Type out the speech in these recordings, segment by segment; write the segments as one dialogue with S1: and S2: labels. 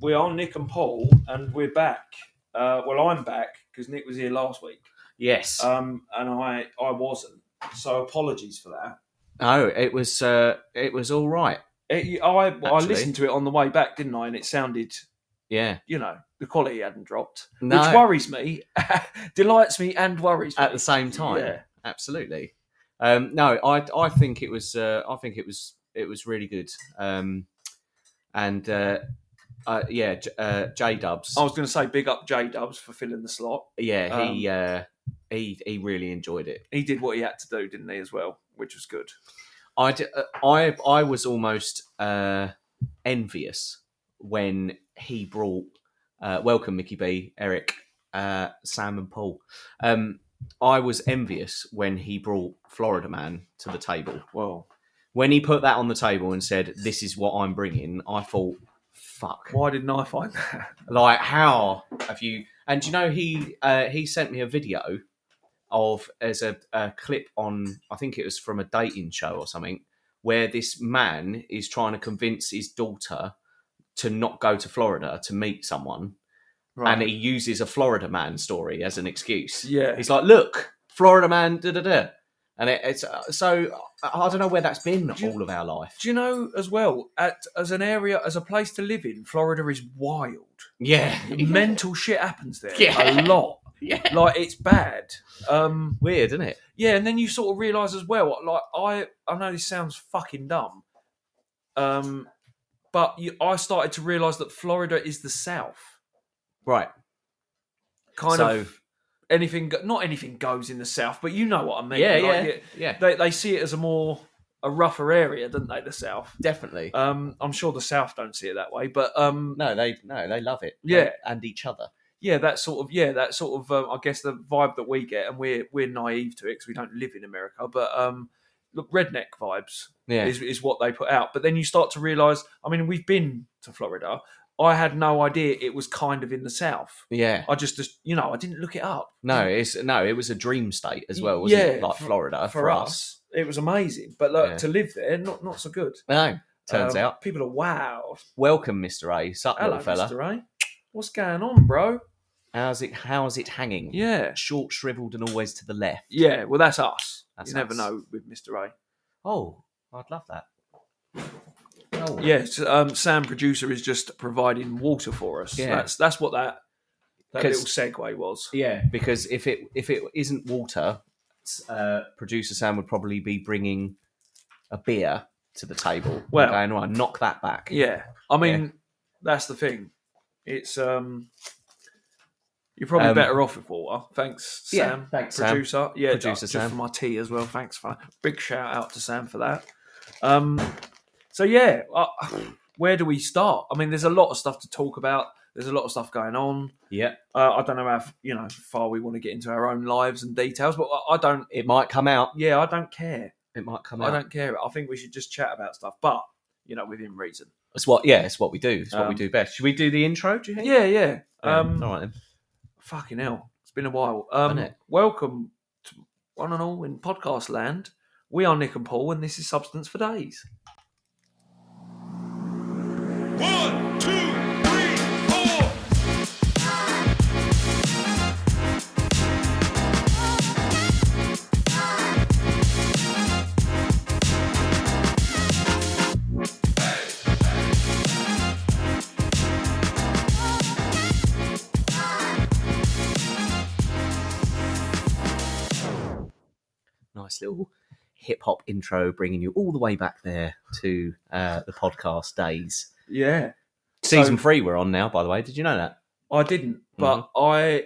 S1: we are Nick and Paul, and we're back. Uh, well, I'm back because Nick was here last week,
S2: Yes.
S1: um, and I I wasn't. So apologies for that.
S2: no, it was uh, it was all right.
S1: It, I I
S2: Actually-
S1: listened to it on the way back, didn't I? And it sounded,
S2: Yeah.
S1: you know, the quality hadn't dropped,
S2: No.
S1: which worries me, delights me, and worries me
S2: At the same time.
S1: Yeah.
S2: Absolutely. Um, no, I I think it was uh, I think it was it was really good. Um, and uh, uh, yeah, J- uh, J Dubs.
S1: I was going to say big up J Dubs for filling the slot.
S2: yeah, he
S1: um,
S2: uh, he he really enjoyed it.
S1: He did what he had to do, didn't he? As well, which was good.
S2: I, d- uh, I, I was almost uh, envious when he brought uh, welcome Mickey B, Eric, uh, Sam, and Paul. Um, I was envious when he brought Florida Man to the table.
S1: Well,
S2: When he put that on the table and said, "This is what I'm bringing," I thought, "Fuck!"
S1: why didn't I find that?
S2: Like, how have you? And do you know, he uh, he sent me a video of as a, a clip on, I think it was from a dating show or something, where this man is trying to convince his daughter to not go to Florida to meet someone, and he uses a Florida man story as an excuse.
S1: yeah,
S2: He's like, "Look, Florida man, da da da," and it, it's uh, so I I don't know where that's been
S1: Do you-
S2: all of our life.
S1: Do you know as well, at, as an area, as a place to live in, Florida is wild.
S2: Yeah,
S1: Mental shit happens there
S2: Yeah.
S1: a lot.
S2: yeah,
S1: Like it's bad. Um,
S2: weird, isn't it?
S1: yeah, and then you sort of realise as well. Like I, I know this sounds fucking dumb, um, but you, I started to realise that Florida is the South.
S2: Right,
S1: Kind
S2: So-
S1: of anything, go- not anything goes in the South, but you know what I mean.
S2: Yeah,
S1: Like,
S2: yeah.
S1: it-
S2: yeah,
S1: They they see it as a more a rougher area, don't they? The South.
S2: definitely.
S1: Um, I'm sure the South don't see it that way, but um,
S2: No, they no, they love it.
S1: Yeah.
S2: and each other.
S1: yeah, that sort of yeah, that sort of um, I guess the vibe that we get, and we're we're naive to it because we don't live in America, but um, look, redneck vibes
S2: Yeah,
S1: is is what they put out. But then you start to realize, I mean, we've been to Florida. I had no idea it was kind of in the South.
S2: yeah.
S1: I just, just you know, I didn't look it up.
S2: No, it's no, it was a dream state as well, wasn't it?
S1: Yeah,
S2: Like
S1: for-
S2: Florida for, us.
S1: it was amazing, but look,
S2: Yeah.
S1: to live there, not not so good.
S2: No, turns
S1: Um,
S2: out.
S1: people are wow.
S2: Welcome, Mister A. Sup,
S1: Hello,
S2: little fella.
S1: Mister A. What's going on, bro?
S2: How's it? How's it hanging?
S1: Yeah.
S2: Short, shriveled, and always to the left.
S1: Yeah, well, that's us.
S2: That's
S1: you never
S2: us.
S1: know with Mr. A.
S2: Oh, I'd love that. Oh,
S1: Yes, um, Sam, producer, is just providing water for us.
S2: Yeah.
S1: That's that's what that that
S2: 'Cause-
S1: little segue was.
S2: yeah. Because if it if it isn't water, s- uh, producer Sam would probably be bringing a beer to the table. and
S1: Well-
S2: going, right, knock that back.
S1: Yeah, I mean, that's the thing. It's um, you're probably
S2: Um,
S1: better off with water. Thanks,
S2: Yeah,
S1: Sam.
S2: thanks, Sam.
S1: producer. Yeah,
S2: Producer
S1: just
S2: Sam.
S1: for my tea as well. Thanks for big shout out to Sam for that. Um, so yeah, uh, where do we start? I mean, there's a lot of stuff to talk about. There's a lot of stuff going on.
S2: Yeah.
S1: Uh, I don't know how f- you know far we want to get into our own lives and details, but I, I don't.
S2: It might come out.
S1: Yeah, I don't care.
S2: It might come
S1: I
S2: out.
S1: don't care. I think we should just chat about stuff, but you know, within reason.
S2: It's what, yeah, it's what we do. It's what we
S1: Um,
S2: do best. Should we do the intro? Do you think?
S1: Yeah, yeah.
S2: Yeah,
S1: Um,
S2: all right then.
S1: Fucking hell, it's been a while. Um,
S2: Hasn't it?
S1: Welcome to one and all in podcast land. We are Nick and Paul, and this is Substance for Days.
S3: One, two, three, four.
S2: Nice little hip hop intro, bringing you all the way back there to uh, the podcast days.
S1: Yeah,
S2: Season three, we're on now. By the way, did you know that?
S1: I didn't, but
S2: Mm-hmm.
S1: I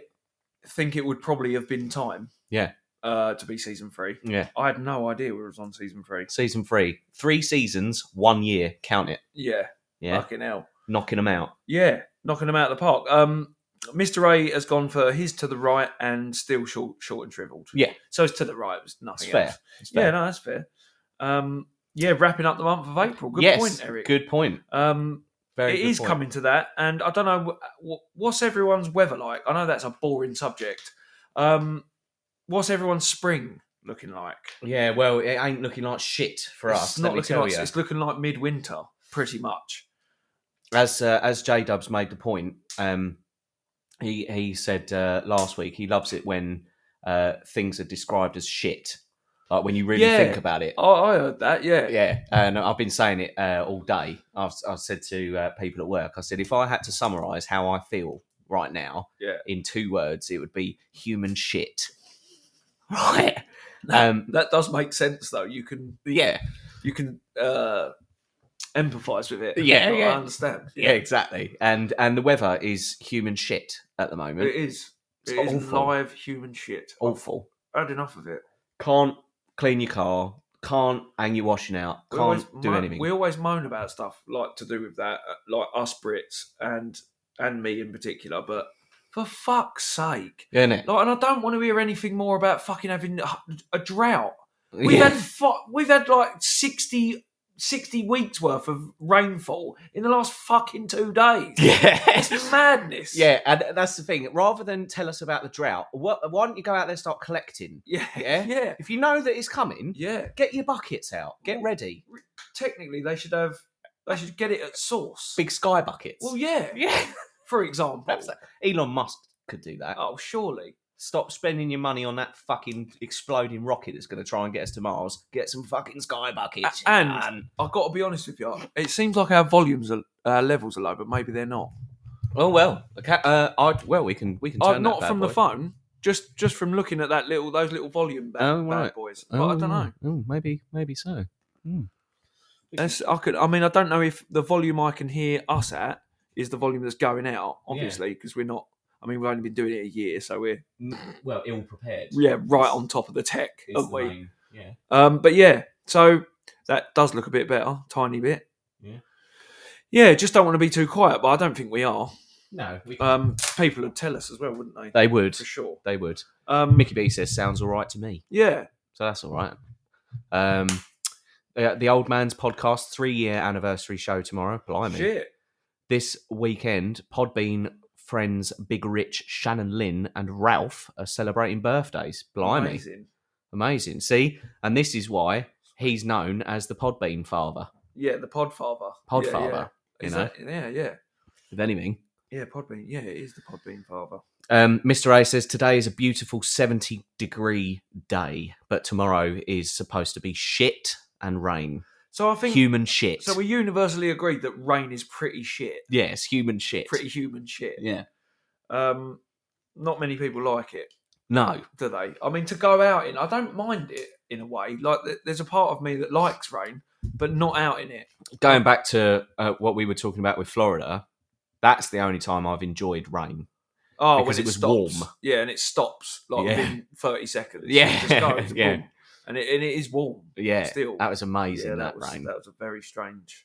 S1: think it would probably have been time.
S2: Yeah.
S1: Uh, to be season three.
S2: Yeah.
S1: I had no idea we was on season three.
S2: Season three, three seasons, one year. Count it.
S1: Yeah.
S2: Yeah,
S1: Fucking hell.
S2: knocking them out.
S1: Yeah, knocking them out of the park. Um, Mr. A has gone for his to the right and still short, short and shriveled.
S2: Yeah.
S1: So it's to the right. It's nothing
S2: It's fair.
S1: else.
S2: It's fair.
S1: Yeah, no, that's fair. Um, yeah, wrapping up the month of April. Good
S2: yes,
S1: point, Eric.
S2: Good point.
S1: Um,
S2: Very.
S1: it
S2: good
S1: is
S2: point.
S1: coming to that, and I don't know wh- wh- what's everyone's weather like. I know that's a boring subject. Um, what's everyone's spring looking like?
S2: Yeah. Well, it ain't looking like shit for
S1: it's
S2: us.
S1: not
S2: let me
S1: looking
S2: tell
S1: like
S2: you.
S1: it's looking like midwinter, pretty much.
S2: as uh, as J Dubs made the point, um, he he said uh, last week he loves it when uh, things are described as shit, like when you really
S1: Yeah.
S2: think about it.
S1: Oh, I heard that. Yeah.
S2: Yeah, and I've been saying it uh, all day. I've, I've said to uh, people at work, I said if I had to summarise how I feel right now
S1: Yeah.
S2: in two words, it would be human shit. Right. Um,
S1: That does make sense though. You can
S2: yeah.
S1: you can uh empathize with it.
S2: Yeah,
S1: I
S2: yeah.
S1: understand.
S2: Yeah. Exactly. And and the weather is human shit at the moment.
S1: It is.
S2: It's
S1: It is
S2: awful.
S1: live human shit.
S2: Awful.
S1: I've had enough of it.
S2: can't clean your car, can't hang your washing out,
S1: We
S2: can't
S1: always
S2: do
S1: mo-
S2: anything.
S1: We always moan about stuff like to do with that, uh, like us Brits and and me in particular. But for fuck's sake,
S2: Yeah, innit?
S1: like, and I don't want to hear anything more about fucking having a- a drought. We've
S2: Yeah.
S1: had fu- we've had like 60, 60 weeks worth of rainfall in the last fucking two days.
S2: yeah.
S1: It's madness.
S2: Yeah, and that's the thing. Rather than tell us about the drought, wha- why don't you go out there and start collecting?
S1: yeah, yeah,
S2: Yeah.
S1: yeah,
S2: If you know that it's coming, get your buckets out, get ready.
S1: Technically, they should have. They should get it at source.
S2: Big sky buckets.
S1: Well, yeah.
S2: yeah.
S1: For example.
S2: Perhaps that- Elon Musk could do that.
S1: Oh, surely.
S2: Stop spending your money on that fucking exploding rocket that's going to try and get us to Mars. Get some fucking sky buckets.
S1: A- and-
S2: man.
S1: I've got to be honest with you. It seems like our volumes are our levels are low, but maybe they're not.
S2: oh well, okay. Uh, I, well we can we can turn
S1: Uh,
S2: that
S1: not
S2: bad
S1: from
S2: boy.
S1: the phone, just just from looking at that little those little volume bad,
S2: Oh, right.
S1: bad boys. But I don't know.
S2: maybe, maybe so.
S1: That's, I could. I mean, I don't know if the volume I can hear us at is the volume that's going out. Obviously, because we're not. I mean, we've only been doing it a year, so we're
S2: Well, ill prepared.
S1: yeah right on top of the tech, aren't we?
S2: Yeah.
S1: Um, but yeah, so that does look a bit better, tiny bit.
S2: Yeah.
S1: Yeah, just don't want to be too quiet, but I don't think we are.
S2: No, we
S1: Um, people would tell us as well, wouldn't they?
S2: they would.
S1: For sure.
S2: They would.
S1: Um,
S2: Mickey B says sounds all right to me,
S1: Yeah.
S2: so that's all right. Um, uh, the old man's podcast three year anniversary show tomorrow. Blimey!
S1: Shit.
S2: This weekend, Podbean friends Big Rich, Shannon Lynn, and Ralph are celebrating birthdays. Blimey! Amazing.
S1: Amazing.
S2: Amazing. See, and this is why he's known as the Podbean father.
S1: Yeah, the Podfather.
S2: Podfather.
S1: Yeah, yeah.
S2: You
S1: Is
S2: know,
S1: that- yeah, yeah.
S2: if anything.
S1: Yeah, Podbean. Yeah, it is the Podbean Father.
S2: Um, Mr. A says today is a beautiful 70 degree day, but tomorrow is supposed to be shit and rain.
S1: So I think.
S2: human shit.
S1: so we universally agreed that rain is pretty shit.
S2: yes, human shit.
S1: Pretty human shit.
S2: Yeah.
S1: Um, not many people like it,
S2: No.
S1: do they? I mean, to go out in, I don't mind it in a way. Like, th- there's a part of me that likes rain, but not out in it.
S2: Going back to uh, what we were talking about with Florida, that's the only time I've enjoyed rain.
S1: Oh, when
S2: Because it
S1: it,
S2: was
S1: stops.
S2: warm.
S1: Yeah, and it stops like
S2: Yeah.
S1: within 30 seconds. It
S2: Yeah,
S1: just goes,
S2: yeah.
S1: boom. And it, and it is warm.
S2: Yeah.
S1: Still.
S2: That was amazing,
S1: Yeah,
S2: that,
S1: was,
S2: rain.
S1: That was a very strange.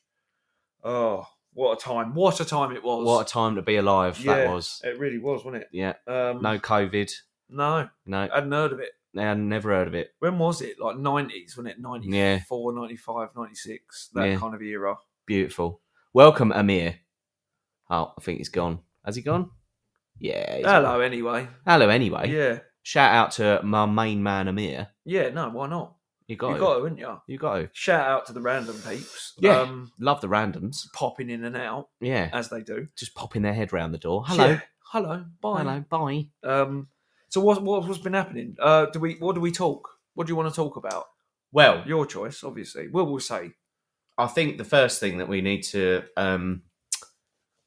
S1: Oh, what a time! What a time it was!
S2: What a time to be alive that
S1: Yeah.
S2: was.
S1: it really was, wasn't
S2: Yeah.
S1: it? Um,
S2: No COVID.
S1: no,
S2: No,
S1: I hadn't heard of it.
S2: I never heard of it.
S1: When was it? Like nineties, wasn't it? 94, 95, 96, that
S2: Yeah.
S1: kind of era.
S2: Beautiful. Welcome, Amir. Oh, I think he's gone. Has he gone? Yeah. he's
S1: Hello, anyway.
S2: Hello, anyway.
S1: Yeah,
S2: Shout out to my main man Amir.
S1: yeah. No, why not?
S2: You got
S1: you
S2: to.
S1: got to, wouldn't you?
S2: You got to.
S1: Shout out to the random peeps.
S2: Yeah.
S1: Um,
S2: Love the randoms.
S1: popping in and out
S2: Yeah.
S1: as they do.
S2: Just popping their head round the door. Hello.
S1: Yeah. hello, bye.
S2: Hello. Bye.
S1: Um, so what what has been happening? Uh, do we what do we talk? What do you want to talk about?
S2: Well,
S1: Your choice, obviously. Well, we'll say
S2: I think the first thing that we need to um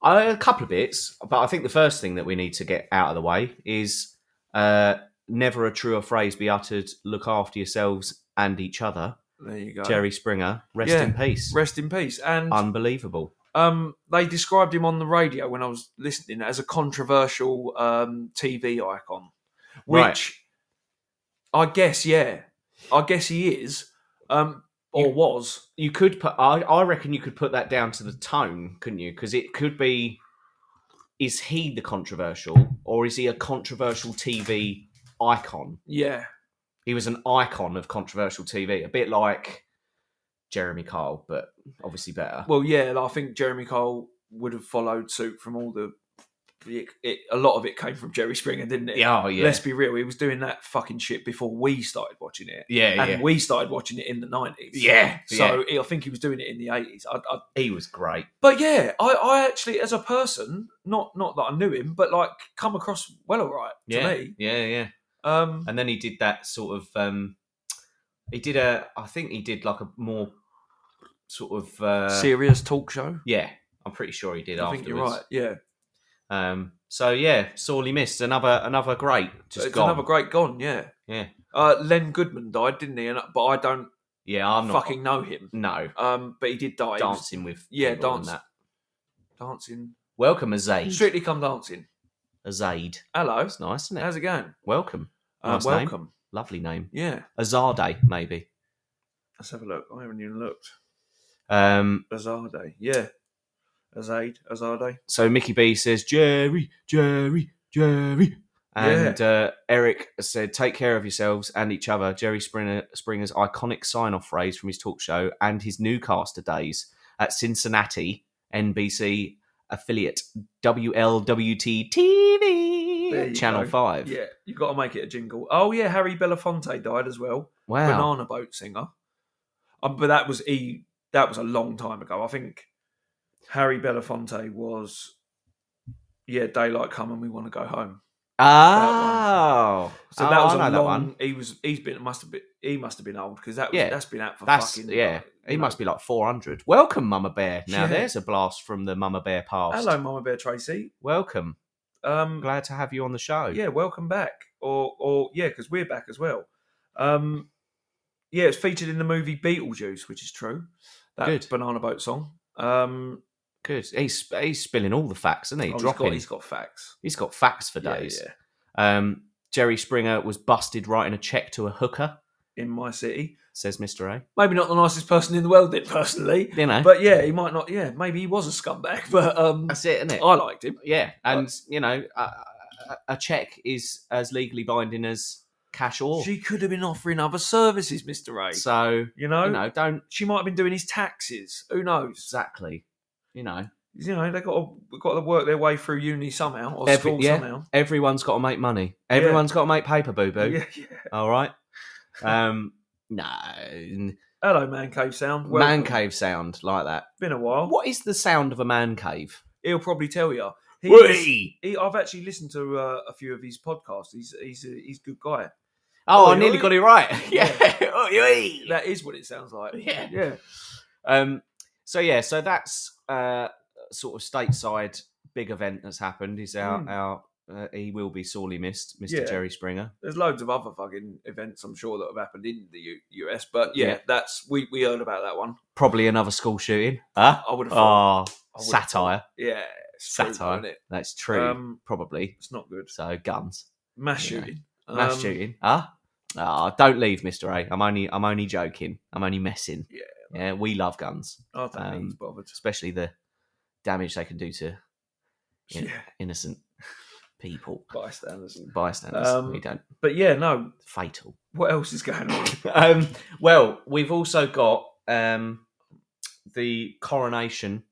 S2: I, a couple of bits, but I think the first thing that we need to get out of the way is uh never a truer phrase be uttered, look after yourselves and each other.
S1: There you go.
S2: Jerry Springer, rest
S1: Yeah.
S2: in peace.
S1: Rest in peace. And
S2: Unbelievable.
S1: um, they described him on the radio when I was listening as a controversial um, TV icon,
S2: Right.
S1: which I guess, yeah, I guess he is um, or
S2: You-
S1: was.
S2: you could put I, I reckon you could put that down to the tone couldn't you because it could be is he the controversial or is he a controversial tv icon
S1: Yeah,
S2: he was an icon of controversial tv a bit like jeremy kyle but obviously better
S1: well, yeah. I think Jeremy Cole would have followed suit from all the it, it, a lot of it came from Jerry Springer, didn't it?
S2: Yeah, oh, yeah,
S1: Let's be real, he was doing that fucking shit before we started watching it,
S2: yeah,
S1: and
S2: yeah.
S1: we started watching it in the nineties.
S2: Yeah,
S1: So he- I think he was doing it in the eighties. I, I,
S2: he was great.
S1: but yeah, I, I actually, as a person, not not that I knew him, but like, come across well, alright to
S2: Yeah,
S1: me.
S2: yeah, yeah.
S1: Um,
S2: And then he did that sort of. um He did a. I think he did like a more sort of. uh
S1: serious talk show.
S2: Yeah, I'm pretty sure he did.
S1: I
S2: afterwards.
S1: think you're right. Yeah,
S2: Um, so yeah, sorely missed. Another another great. Just
S1: it's
S2: gone.
S1: another great gone. Yeah,
S2: Yeah.
S1: Uh, Len Goodman died, didn't he? And but I don't
S2: yeah, I'm not
S1: fucking know him.
S2: no
S1: Um, but he did die. He was
S2: dancing with.
S1: Yeah,
S2: people and
S1: dance.
S2: That.
S1: dancing.
S2: Welcome, Azaid.
S1: Strictly Come Dancing.
S2: Azaid.
S1: Hello,
S2: That's nice, isn't it?
S1: how's it going?
S2: Welcome.
S1: Uh,
S2: Nice name.
S1: welcome.
S2: Lovely name.
S1: Yeah,
S2: Azade, maybe.
S1: let's have a look. I haven't even looked.
S2: Um,
S1: Azade. Yeah, Azade. Azade.
S2: so Mickey B says, Jerry, Jerry, Jerry. And uh, Eric said, take care of yourselves and each other. Jerry Springer, Springer's iconic sign off phrase from his talk show and his Newcaster days at Cincinnati, NBC affiliate WLWT
S1: There you
S2: TV, Channel
S1: go.
S2: 5.
S1: Yeah, you've got to make it a jingle. Oh yeah, Harry Belafonte died as well.
S2: Wow.
S1: Banana boat singer. Um, but that was he. That was a long time ago. I think Harry Belafonte was. Yeah, daylight come and we want to go home.
S2: Oh.
S1: So
S2: Oh,
S1: that was
S2: I
S1: a long.
S2: know that one.
S1: He was. He's been. Must have been. He must have been old because that. Was,
S2: Yeah,
S1: that's been out for
S2: That's
S1: fucking.
S2: yeah.
S1: you
S2: He
S1: know.
S2: must be like four hundred. Welcome, Mama Bear. Now
S1: Yeah.
S2: there's a blast from the Mama Bear past.
S1: Hello, Mama Bear Tracy.
S2: Welcome.
S1: Um,
S2: Glad to have you on the show.
S1: yeah, welcome back. Or, or yeah, because we're back as well. Um, yeah, it's featured in the movie Beetlejuice, which is true. That
S2: Good.
S1: banana boat song. Um,
S2: Good. He's he's spilling all the facts, isn't he?
S1: oh, he's
S2: Dropping.
S1: got, he's got facts.
S2: he's got facts for
S1: Yeah,
S2: days.
S1: yeah.
S2: Um, Jerry Springer was busted writing a check to a hooker.
S1: In my city,
S2: Says Mister A.
S1: maybe not the nicest person in the world, did personally,
S2: You know,
S1: but yeah, he might not. Yeah, maybe he was a scumbag, but um,
S2: Eh? that's it, isn't it?
S1: I liked him.
S2: yeah, and you know, a, a- a check is as legally binding as cash or.
S1: She could have been offering other services, Mister A.
S2: So
S1: you know,
S2: you know, don't
S1: she might have been doing his taxes. Who knows?
S2: exactly. You know,
S1: You know, they got to, got to work their way through uni somehow or
S2: Every-
S1: school
S2: yeah.
S1: somehow.
S2: everyone's got to make money.
S1: Yeah.
S2: Everyone's got to make paper, boo boo.
S1: Yeah, yeah.
S2: All right. Um, no
S1: Hello, man cave sound. Well, oh.
S2: man cave sound like that.
S1: Been a while.
S2: What is the sound of a man cave?
S1: He'll probably tell you. He's-
S2: Whee!
S1: he, I've actually listened to uh, a few of his podcasts. He's he's a, he's a good guy.
S2: Oh,
S1: Oi,
S2: I nearly
S1: oi.
S2: got it right. Yeah. Oh, Oi, oi.
S1: That is what it sounds like.
S2: Yeah.
S1: yeah.
S2: Um, so yeah, so that's uh, sort of stateside big event that's happened. Is our
S1: Mm.
S2: our uh, he will be sorely missed, Mr.
S1: Yeah.
S2: Jerry Springer.
S1: There's loads of other fucking events I'm sure that have happened in the U- US, but yeah,
S2: Yeah.
S1: that's we we heard about that one.
S2: Probably another school shooting. Huh?
S1: I would have thought.
S2: Oh,
S1: I would've
S2: satire.
S1: thought- Yeah, it's true,
S2: Satire.
S1: isn't it?
S2: That's true.
S1: Um,
S2: Probably.
S1: It's not good.
S2: So guns.
S1: Mass
S2: You know,
S1: shooting.
S2: Mass
S1: Um,
S2: shooting. Huh? Ah, don't leave, Mister A. I'm only, I'm only joking. I'm only messing.
S1: Yeah,
S2: yeah. We love guns,
S1: I oh, don't think he's
S2: Um,
S1: bothered.
S2: especially the damage they can do to
S1: Yeah,
S2: yeah. innocent people,
S1: bystanders.
S2: bystanders.
S1: Um,
S2: we don't
S1: But yeah, no.
S2: fatal.
S1: What else is going on?
S2: Um, well, we've also got um, the coronation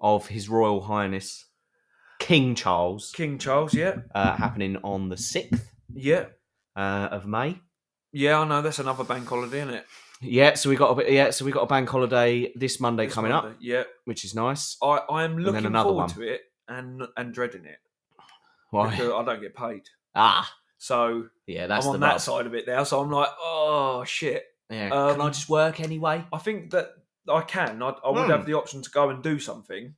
S2: of His Royal Highness King Charles
S1: King Charles. Yeah,
S2: uh, happening on the sixth
S1: yeah,
S2: uh, of May.
S1: yeah. I know that's another bank holiday, isn't it?
S2: Yeah, so we got a bit, yeah, so we got a bank holiday this Monday
S1: This
S2: coming
S1: Monday.
S2: up,
S1: Yeah,
S2: which is nice.
S1: I I am looking
S2: another
S1: forward
S2: one.
S1: to it and and dreading it because
S2: Why?
S1: I don't get paid.
S2: Ah,
S1: So
S2: yeah, that's
S1: I'm
S2: the
S1: on that
S2: rub.
S1: side of it now. So I'm like, oh shit.
S2: Yeah.
S1: Um,
S2: Can I just work anyway?
S1: I think that I can. I, I would
S2: Hmm.
S1: have the option to go and do something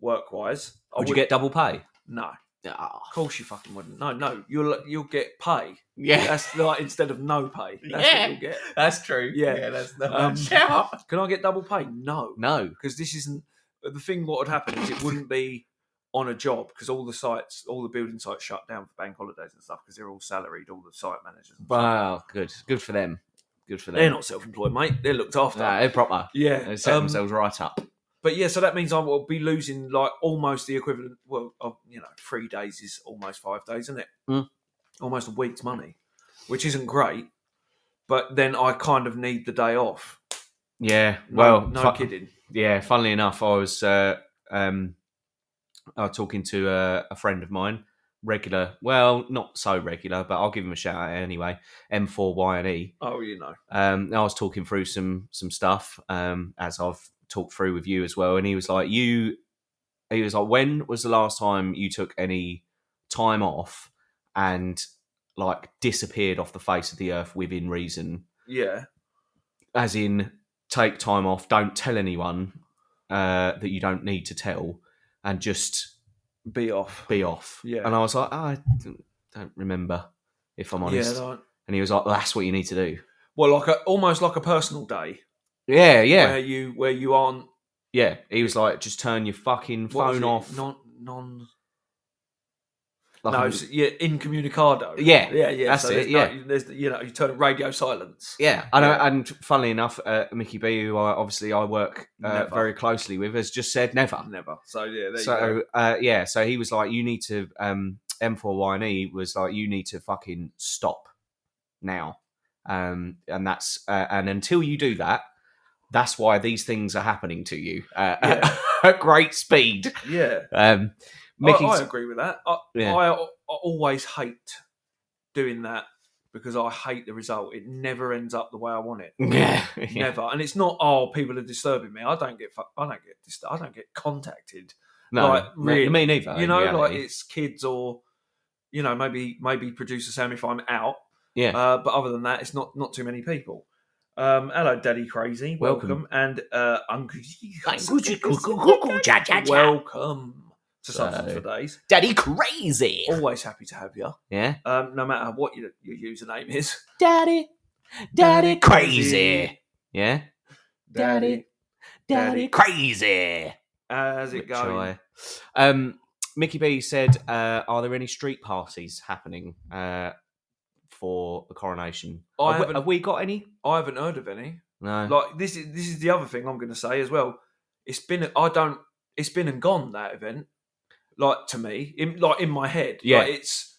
S1: work wise. I
S2: Would you get double pay?
S1: no? Of
S2: Ah,
S1: course you fucking wouldn't. No, no. You'll you'll get pay.
S2: yeah,
S1: That's like instead of no pay. That's
S2: Yeah.
S1: what you'll get.
S2: that's true.
S1: Yeah.
S2: that's the
S1: Um, Can I get double pay? No.
S2: No,
S1: because this isn't uh, the thing. What would happen is it wouldn't be on a job because all the sites, all the building sites, shut down for bank holidays and stuff because they're all salaried. All the site managers, and stuff.
S2: wow, Ah, good, good for them. Good for them.
S1: they're not self-employed, mate. They're looked after.
S2: Nah, they're proper.
S1: yeah,
S2: They set
S1: um,
S2: themselves right up.
S1: but yeah, so that means I will be losing like almost the equivalent. Well, of, you know, three days is almost five days, isn't it?
S2: Mm.
S1: Almost a week's money, which isn't great. But then I kind of need the day off.
S2: Yeah.
S1: No,
S2: Well,
S1: no
S2: fu-
S1: kidding.
S2: yeah. Funnily enough, I was uh, um, I was talking to uh, a, a friend of mine, regular, well, not so regular, but I'll give him a shout out anyway. M4YNE.
S1: Oh, you know.
S2: Um, I was talking through some some stuff um, as I've talked through with you as well, and he was like, "You," he was like, "When was the last time you took any time off and like disappeared off the face of the earth within reason?"
S1: Yeah.
S2: as in take time off, don't tell anyone uh, that you don't need to tell, and just
S1: Be off.
S2: be off.
S1: Yeah.
S2: And I was like, "Oh, I don't- don't remember, if I'm honest.
S1: Yeah. Like,
S2: And he was like, that's what you need to do.
S1: well, like a, almost like a personal day
S2: Yeah, yeah,
S1: where you where you aren't
S2: yeah. He was like, just turn your fucking
S1: what was
S2: phone
S1: it?
S2: off.
S1: Non non.
S2: Like,
S1: no,
S2: I'm-
S1: it's- yeah, incommunicado.
S2: Yeah,
S1: Yeah. Yeah.
S2: that's
S1: so
S2: it,
S1: there's no- there's, you know, you turn radio silence.
S2: yeah, I know.
S1: Yeah.
S2: And funnily enough, uh, Mickey B, who I obviously I work uh,
S1: Never.
S2: very closely with, has just said never.
S1: Never. So yeah. There you go.
S2: so uh, yeah, so he was like, "You need to." Um, M4YNE E was like, "You need to fucking stop now," um, and that's uh, and until you do that, that's why these things are happening to you uh,
S1: Yeah.
S2: at great speed.
S1: Yeah.
S2: Um,
S1: I-
S2: Mickey's
S1: I, agree with that. I,
S2: Yeah.
S1: I, I always hate doing that because I hate the result. It never ends up the way I want it.
S2: yeah, yeah,
S1: Never. And it's not oh people are disturbing me. I don't get fu- I don't get dist- I don't get contacted.
S2: no,
S1: like, really,
S2: me neither.
S1: you
S2: in
S1: know, like
S2: reality.
S1: it's kids or you know maybe maybe producer Sam if I'm out.
S2: yeah,
S1: Uh, but other than that, it's not not too many people. Um, hello, Daddy Crazy. Welcome,
S2: Welcome.
S1: and uh, Uncle
S2: Well,
S1: Welcome to Substance
S2: So-
S1: for Days.
S2: Daddy crazy.
S1: Always happy to have you.
S2: Yeah,
S1: um, no matter what your, your username is.
S2: Daddy,
S1: Daddy crazy.
S2: Yeah,
S1: Daddy, Daddy
S2: crazy.
S1: how's it
S2: Which
S1: going?
S2: I- Um, Mickey B said, uh, "Are there any street parties happening uh, for the coronation?
S1: I
S2: have, we,
S1: haven't-
S2: have we got any?
S1: I haven't heard of any.
S2: No.
S1: Like this is this is the other thing I'm going to say as well. It's been I don't it's been and gone that event. Like to me, in, like in my head,
S2: Yeah.
S1: Like, it's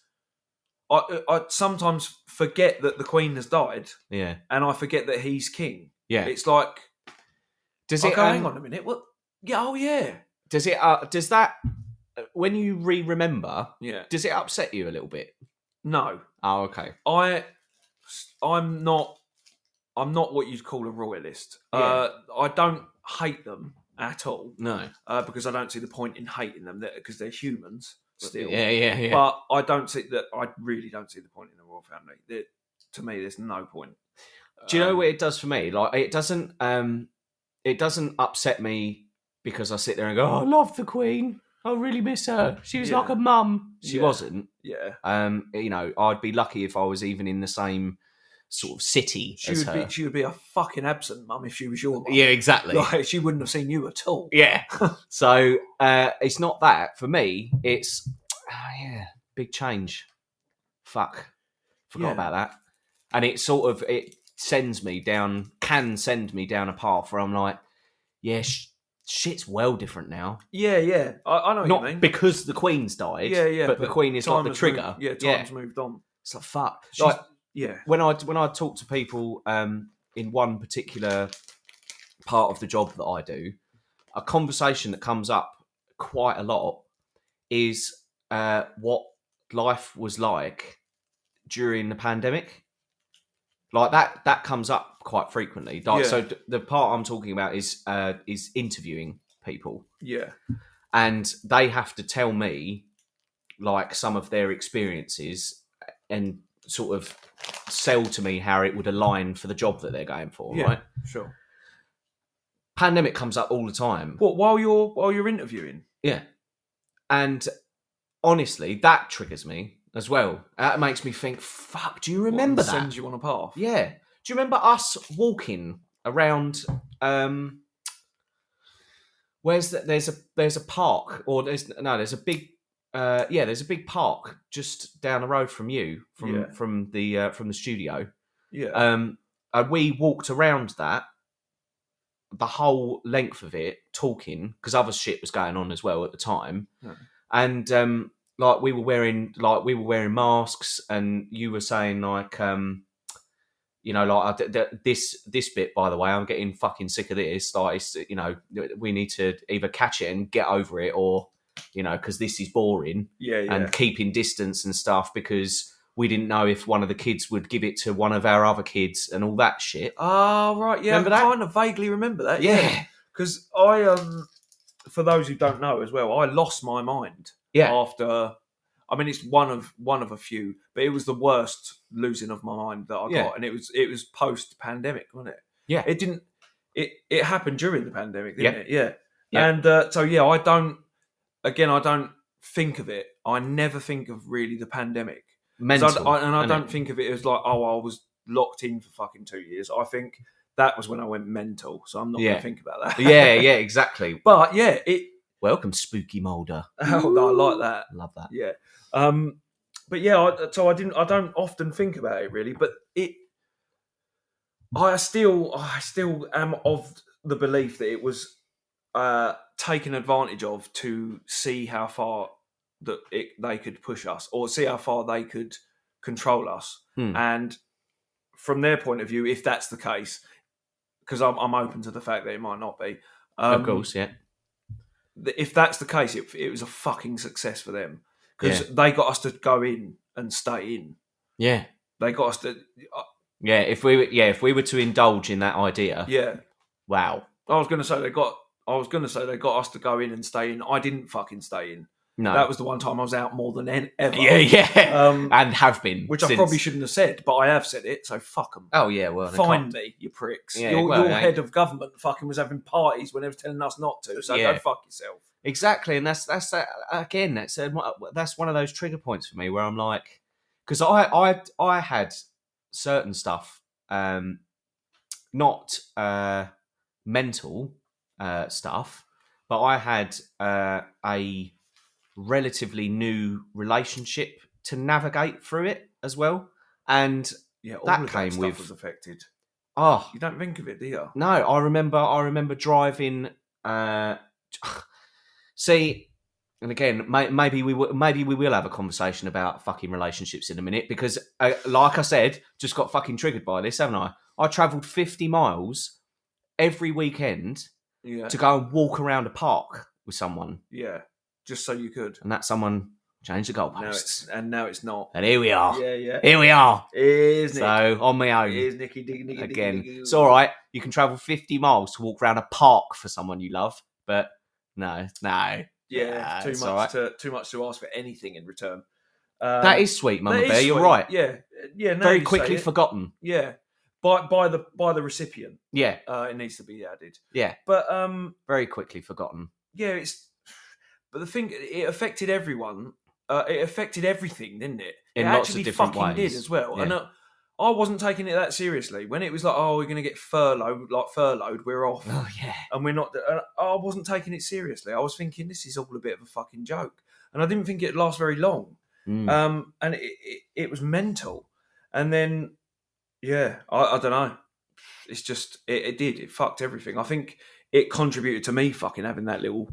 S1: I I sometimes forget that the Queen has died,
S2: yeah,
S1: and I forget that he's king.
S2: yeah.
S1: It's like
S2: Does
S1: I
S2: it?
S1: go,
S2: um,
S1: hang on a minute, what? Yeah, oh yeah,
S2: Does it? Uh, does that? When you re-remember,
S1: yeah.
S2: does it upset you a little bit?
S1: No,
S2: Oh, okay.
S1: I I'm not I'm not what you'd call a royalist. Uh, I don't hate them at all
S2: No.
S1: uh, because I don't see the point in hating them because they're humans still.
S2: Yeah, yeah, yeah.
S1: But I don't see that. I really don't see the point in the royal family. There- to me, there's no point.
S2: Do you know
S1: Um,
S2: what it does for me? Like it doesn't. Um, it doesn't upset me because I sit there and go, "Oh, I love the Queen. I really miss her. She was
S1: Yeah.
S2: like a mum. She
S1: Yeah.
S2: wasn't.
S1: Yeah,
S2: Um, you know, I'd be lucky if I was even in the same sort of city
S1: she
S2: as
S1: would
S2: her.
S1: be. She would be a fucking absent mum if she was your mum.
S2: yeah, exactly.
S1: like, she wouldn't have seen you at all.
S2: yeah. so uh, it's not that for me. It's ah, yeah, big change. Fuck, forgot
S1: Yeah.
S2: about that. And it sort of it sends me down, can send me down a path where I'm like, yeah, sh- shit's well different now.
S1: Yeah, yeah. I, I know what
S2: Not
S1: Oh, you mean.
S2: because the Queen's died.
S1: Yeah, yeah,
S2: But, the
S1: but
S2: Queen is
S1: Time
S2: like the
S1: has
S2: trigger.
S1: Moved, yeah, time's moved on.
S2: It's like fuck.
S1: She's-
S2: Like,
S1: yeah,
S2: when I when I talk to people um, in one particular part of the job that I do, a conversation that comes up quite a lot is uh, what life was like during the pandemic. Like that that comes up quite frequently. Like,
S1: Yeah.
S2: So th- the part I'm talking about is uh, is interviewing people
S1: yeah,
S2: and they have to tell me like some of their experiences and sort of sell to me how it would align for the job that they're going for
S1: Yeah.
S2: right
S1: sure.
S2: pandemic comes up all the time
S1: What while you're while you're interviewing?
S2: yeah and honestly that triggers me as well that makes me think fuck do you remember
S1: What
S2: that
S1: sends you on a path?
S2: yeah do you remember us walking around um where's that there's a there's a park or there's no there's a big uh yeah there's a big park just down the road from you from
S1: Yeah.
S2: from the uh, from the studio
S1: yeah,
S2: um and we walked around that the whole length of it talking because other shit was going on as well at the time
S1: Yeah.
S2: and um like we were wearing like we were wearing masks and you were saying like um you know like I d- d- this this bit by the way i'm getting fucking sick of this like it's, you know we need to either catch it and get over it or you know, because this is boring
S1: Yeah, yeah.
S2: and keeping distance and stuff because we didn't know if one of the kids would give it to one of our other kids and all that shit.
S1: oh, right. Yeah,
S2: Remember
S1: I
S2: that?
S1: kind of vaguely remember that.
S2: Yeah,
S1: Because I, um, for those who don't know as well, I lost my mind
S2: yeah,
S1: after. I mean, it's one of one of a few, but it was the worst losing of my mind that I
S2: Yeah.
S1: got, and it was it was post pandemic, wasn't it?
S2: Yeah.
S1: it didn't. It it happened during the pandemic, didn't
S2: Yeah.
S1: it? Yeah.
S2: Yeah.
S1: And uh, so yeah, I don't. Again, I don't think of it. I never think of really the pandemic.
S2: mental.
S1: So I, I, and I
S2: innit?
S1: don't think of it as like, oh, I was locked in for fucking two years. I think that was when I went mental. So I'm not going
S2: Yeah.
S1: to think about that.
S2: yeah, yeah, exactly.
S1: but yeah, it.
S2: Welcome, Spooky Mulder.
S1: Oh, no, I like that.
S2: Love that.
S1: Yeah. Um. But yeah, I, so I didn't. I don't often think about it really, but it. I still, I still am of the belief that it was uh, taken advantage of to see how far that it, they could push us, or see how far they could control us.
S2: Hmm.
S1: And from their point of view, if that's the case, because I'm, I'm open to the fact that it might not be. Um,
S2: of course, yeah.
S1: th- if that's the case, it, it was a fucking success for them because they got us to go in and stay in.
S2: Yeah.
S1: They got us to, uh,
S2: Yeah, if we were yeah, if we were to indulge in that idea,
S1: yeah.
S2: wow.
S1: I was going to say they got. I was going to say they got us to go in and stay in. I didn't fucking stay in.
S2: No.
S1: That was the one time I was out more than en- ever.
S2: yeah, yeah.
S1: Um,
S2: and have been.
S1: which I
S2: since.
S1: probably shouldn't have said, but I have said it. So fuck them.
S2: Oh yeah, well they
S1: Find
S2: can't-
S1: me, you pricks.
S2: Yeah,
S1: your
S2: well,
S1: your
S2: they-
S1: head of government fucking was having parties when they was telling us not to. So
S2: Yeah.
S1: go fuck yourself.
S2: Exactly, and that's that's that again. That's uh, one- that's one of those trigger points for me where I'm like, because I I I had certain stuff, um, not uh, mental uh, stuff, but I had uh, a relatively new relationship to navigate through it as well, and
S1: Yeah, all
S2: That
S1: of
S2: came
S1: that stuff
S2: with-
S1: was affected.
S2: oh
S1: You don't think of it, do you?
S2: No, I remember. I remember driving. Uh, see, and again, may, maybe we w- maybe we will have a conversation about fucking relationships in a minute because, uh, like I said, just got fucking triggered by this, haven't I? I travelled fifty miles every weekend
S1: Yeah,
S2: to go and walk around a park with someone,
S1: yeah. Just so you could.
S2: and that someone changed the
S1: Now it's,
S2: goalposts,
S1: and now it's not.
S2: and here we are.
S1: Yeah, yeah.
S2: Here we are.
S1: Here's Ah. Nick.
S2: So on my own.
S1: Here's Nicky Diggy Diggy
S2: again.
S1: Diggy Diggy.
S2: It's all right. You can travel 50 miles to walk around a park for someone you love, but no, no.
S1: Yeah,
S2: Yeah,
S1: too
S2: it's
S1: much
S2: all right.
S1: to too much to ask for anything in return. Um,
S2: that is sweet, Mama
S1: that is
S2: Bear. You're
S1: sweet.
S2: right.
S1: Yeah, yeah. now
S2: Very
S1: you say
S2: quickly
S1: it.
S2: forgotten.
S1: Yeah, by by the by the recipient,
S2: Yeah,
S1: uh, it needs to be added.
S2: Yeah.
S1: but um,
S2: very quickly forgotten.
S1: yeah, it's. But the thing, it affected everyone. Uh, it affected everything, didn't it?
S2: In
S1: it
S2: lots of
S1: actually
S2: different
S1: fucking
S2: ways.
S1: did as well. And
S2: Yeah.
S1: uh, I wasn't taking it that seriously when it was like, "Oh, we're going to get furloughed, like furloughed, we're off."
S2: Oh, yeah.
S1: and we're not. And I wasn't taking it seriously. I was thinking this is all a bit of a fucking joke, and I didn't think it'd last very long.
S2: Mm.
S1: Um, and it, it, it was mental. And then, yeah, I, I don't know. It's just it, it did. It fucked everything. I think it contributed to me fucking having that little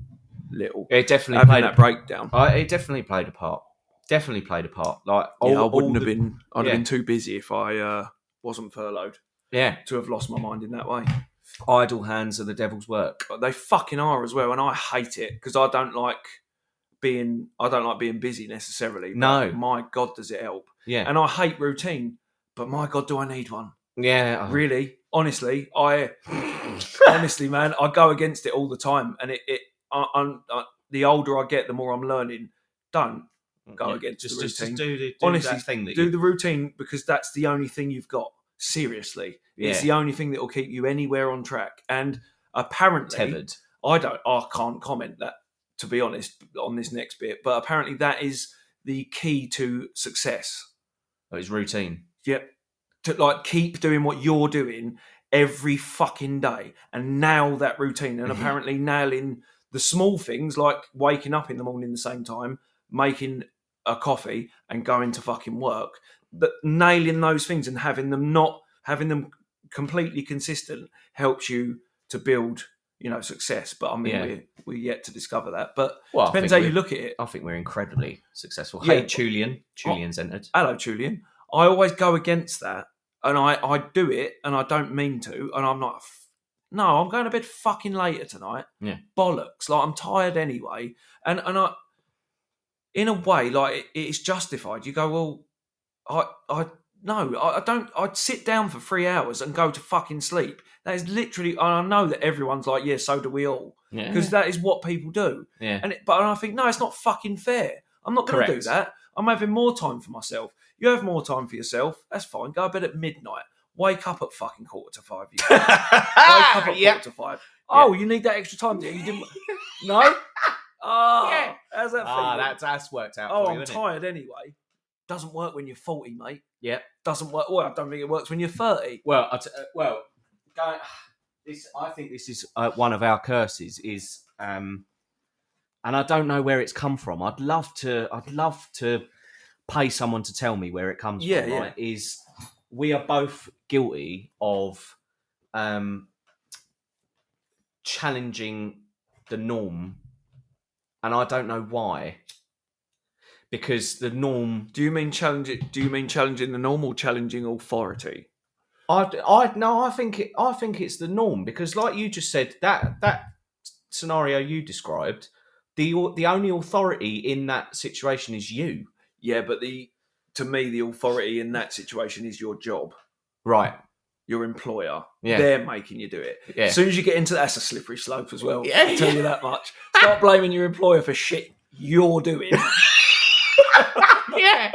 S1: little
S2: it definitely
S1: having
S2: played
S1: that
S2: a,
S1: breakdown.
S2: I, It definitely played a part. Definitely played a part. Like, all,
S1: yeah, I
S2: all
S1: wouldn't have
S2: the-
S1: been. I'd
S2: yeah.
S1: have been too busy if I uh, wasn't furloughed
S2: Yeah.
S1: to have lost my mind in that way.
S2: Idle hands are the devil's work.
S1: But they fucking are as well, and I hate it because I don't like being I don't like being busy necessarily. but
S2: No.
S1: my god, does it help?
S2: Yeah.
S1: And I hate routine, but my god, do I need one?
S2: yeah. oh,
S1: Really, honestly, I honestly, man, I go against it all the time, and it, it I, I'm I, the older I get, the more I'm learning. Don't go
S2: yeah,
S1: against
S2: just,
S1: the
S2: just, just
S1: routine.
S2: do, the, do
S1: Honestly,
S2: that thing that
S1: do
S2: you
S1: the routine because that's the only thing you've got. Seriously, it's
S2: Yeah.
S1: the only thing that will keep you anywhere on track. And apparently,
S2: tethered.
S1: I don't, I can't comment that to be honest on this next bit, but apparently that is the key to success.
S2: Oh, it's routine.
S1: Yep. To like keep doing what you're doing every fucking day and nail that routine. And
S2: Mhm.
S1: apparently nailing the small things like waking up in the morning the same time, making a coffee and going to fucking work. But nailing those things and having them not having them completely consistent helps you to build, you know, success. But I mean
S2: Yeah.
S1: we're we're yet to discover that. But
S2: Well, I
S1: depends how
S2: think
S1: you
S2: we-
S1: look at it.
S2: I think we're incredibly successful.
S1: Yeah.
S2: Hey, Julian. Julian's entered.
S1: hello Julian. I always go against that, and I I do it, and I don't mean to, and I'm like, "F- no, I'm going to bed fucking later tonight.
S2: Yeah.
S1: Bollocks. Like, I'm tired anyway. And, and I, in a way, like, it, it's justified. You go, well, I, I, no, I, I don't, I'd sit down for three hours and go to fucking sleep. That is literally, and I know that everyone's like, yeah, so do we all.
S2: Yeah.
S1: Because that is what people do.
S2: yeah.
S1: And it, but I think no, it's not fucking fair. I'm not going to do
S2: Correct.
S1: that. I'm having more time for myself. You have more time for yourself. That's fine. Go to bed at midnight. Wake up at fucking quarter to five. You wake up at
S2: Yep.
S1: quarter to five. Oh, you need that extra time, do you? You didn't? no. Oh,
S2: Yeah.
S1: how's that
S2: Ah,
S1: feel?
S2: that's that's worked out.
S1: oh,
S2: for you,
S1: I'm
S2: isn't it?
S1: tired anyway. Doesn't work when you're 40, mate.
S2: Yep.
S1: Doesn't work. Well, I don't think it works when you're 30.
S2: Well, I t- uh, well, going, this I think this is uh, one of our curses is, um, and I don't know where it's come from. I'd love to. I'd love to pay someone to tell me where it comes
S1: Yeah,
S2: from.
S1: yeah.
S2: Right? Is we are both guilty of um, challenging the norm, and I don't know why. Because the norm
S1: Do you mean challenge it? Do you mean challenging the normal, challenging authority?
S2: I, I no, I think it, I think it's the norm because, like you just said, that that scenario you described, the au- the only authority in that situation is you,
S1: Yeah, but the to me the authority in that situation is your job,
S2: right?
S1: your employer.
S2: Yeah.
S1: They're making you do it.
S2: Yeah.
S1: As soon as you get into that's a slippery slope as well.
S2: Yeah.
S1: I'll tell you that much. Start blaming your employer for shit you're doing.
S2: yeah,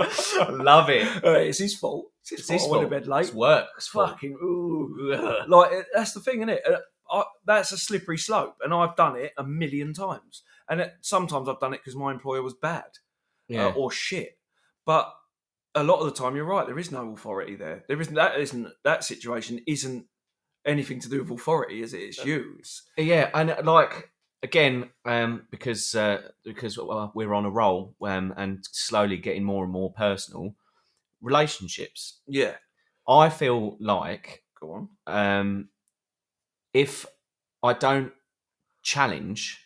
S2: love it.
S1: Uh, it's his fault. It's his
S2: It's
S1: fault.
S2: his
S1: I went to
S2: fault.
S1: bed late.
S2: It's work.
S1: It's fucking ooh. like it- that's the thing, isn't it? I, that's a slippery slope, and I've done it a million times. And it, sometimes I've done it because my employer was bad. uh, or shit. But a lot of the time, you're right. There is no authority there. There isn't that isn't that situation isn't anything to do with authority, is it? It's yours.
S2: Yeah, and uh, like again, um, because uh, because well, we're on a roll um, and slowly getting more and more personal. Relationships,
S1: Yeah.
S2: I feel like
S1: Go on.
S2: um, if I don't challenge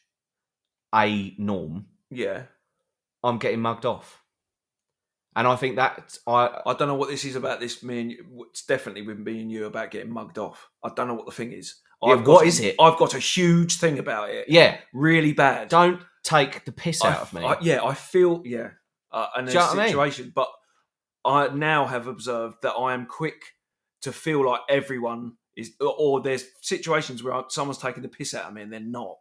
S2: a norm,
S1: Yeah.
S2: I'm getting mugged off. And I think that I
S1: I don't know what this is about. This me and you, it's definitely with me and you about getting mugged off. I don't know what the thing is.
S2: Yeah,
S1: got
S2: what
S1: a-
S2: is it?
S1: I've got a huge thing about it.
S2: yeah,
S1: Really bad.
S2: don't take the piss
S1: I-
S2: out of me.
S1: I- yeah, I feel yeah, uh, and
S2: Do
S1: a
S2: you know what I mean?
S1: situation. But I now have observed that I am quick to feel like everyone is, or, or there's situations where I, someone's taking the piss out of me and they're not.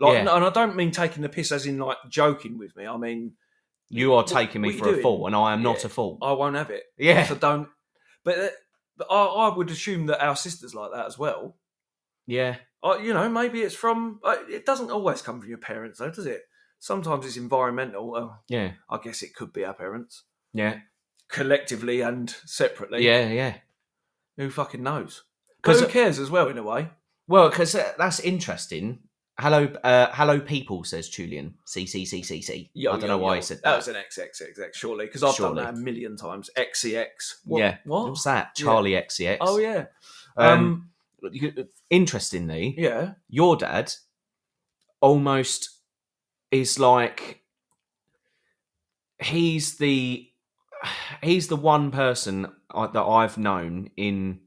S1: Like,
S2: Yeah.
S1: no, and I don't mean taking the piss as in like joking with me. I mean
S2: you are taking me
S1: what you
S2: for a
S1: doing?
S2: fool, and I am not
S1: Yeah.
S2: a fool.
S1: I won't have it.
S2: yeah,
S1: So don't. But, uh, but I, I would assume that our sisters like that as well.
S2: yeah,
S1: I, you know, maybe it's from. Uh, it doesn't always come from your parents, though, does it? Sometimes it's environmental. Oh,
S2: yeah,
S1: I guess it could be our parents.
S2: yeah,
S1: collectively and separately.
S2: yeah, yeah.
S1: Who fucking knows?
S2: 'Cause-
S1: Because who cares as well, in a way?
S2: Well, because uh, that's interesting. Hello, uh, hello, people. Says Julian. C C C C C. I
S1: Yo,
S2: don't
S1: yo,
S2: know why
S1: yo.
S2: he said
S1: That
S2: that.
S1: was an XXXX, surely, because I've
S2: Surely.
S1: done that a million times. XCX. What?
S2: Yeah.
S1: What?
S2: What's that?
S1: Yeah.
S2: Charlie XCX.
S1: Oh, yeah.
S2: Um,
S1: Um,
S2: you- interestingly,
S1: yeah.
S2: your dad almost is like he's the he's the one person I, that I've known in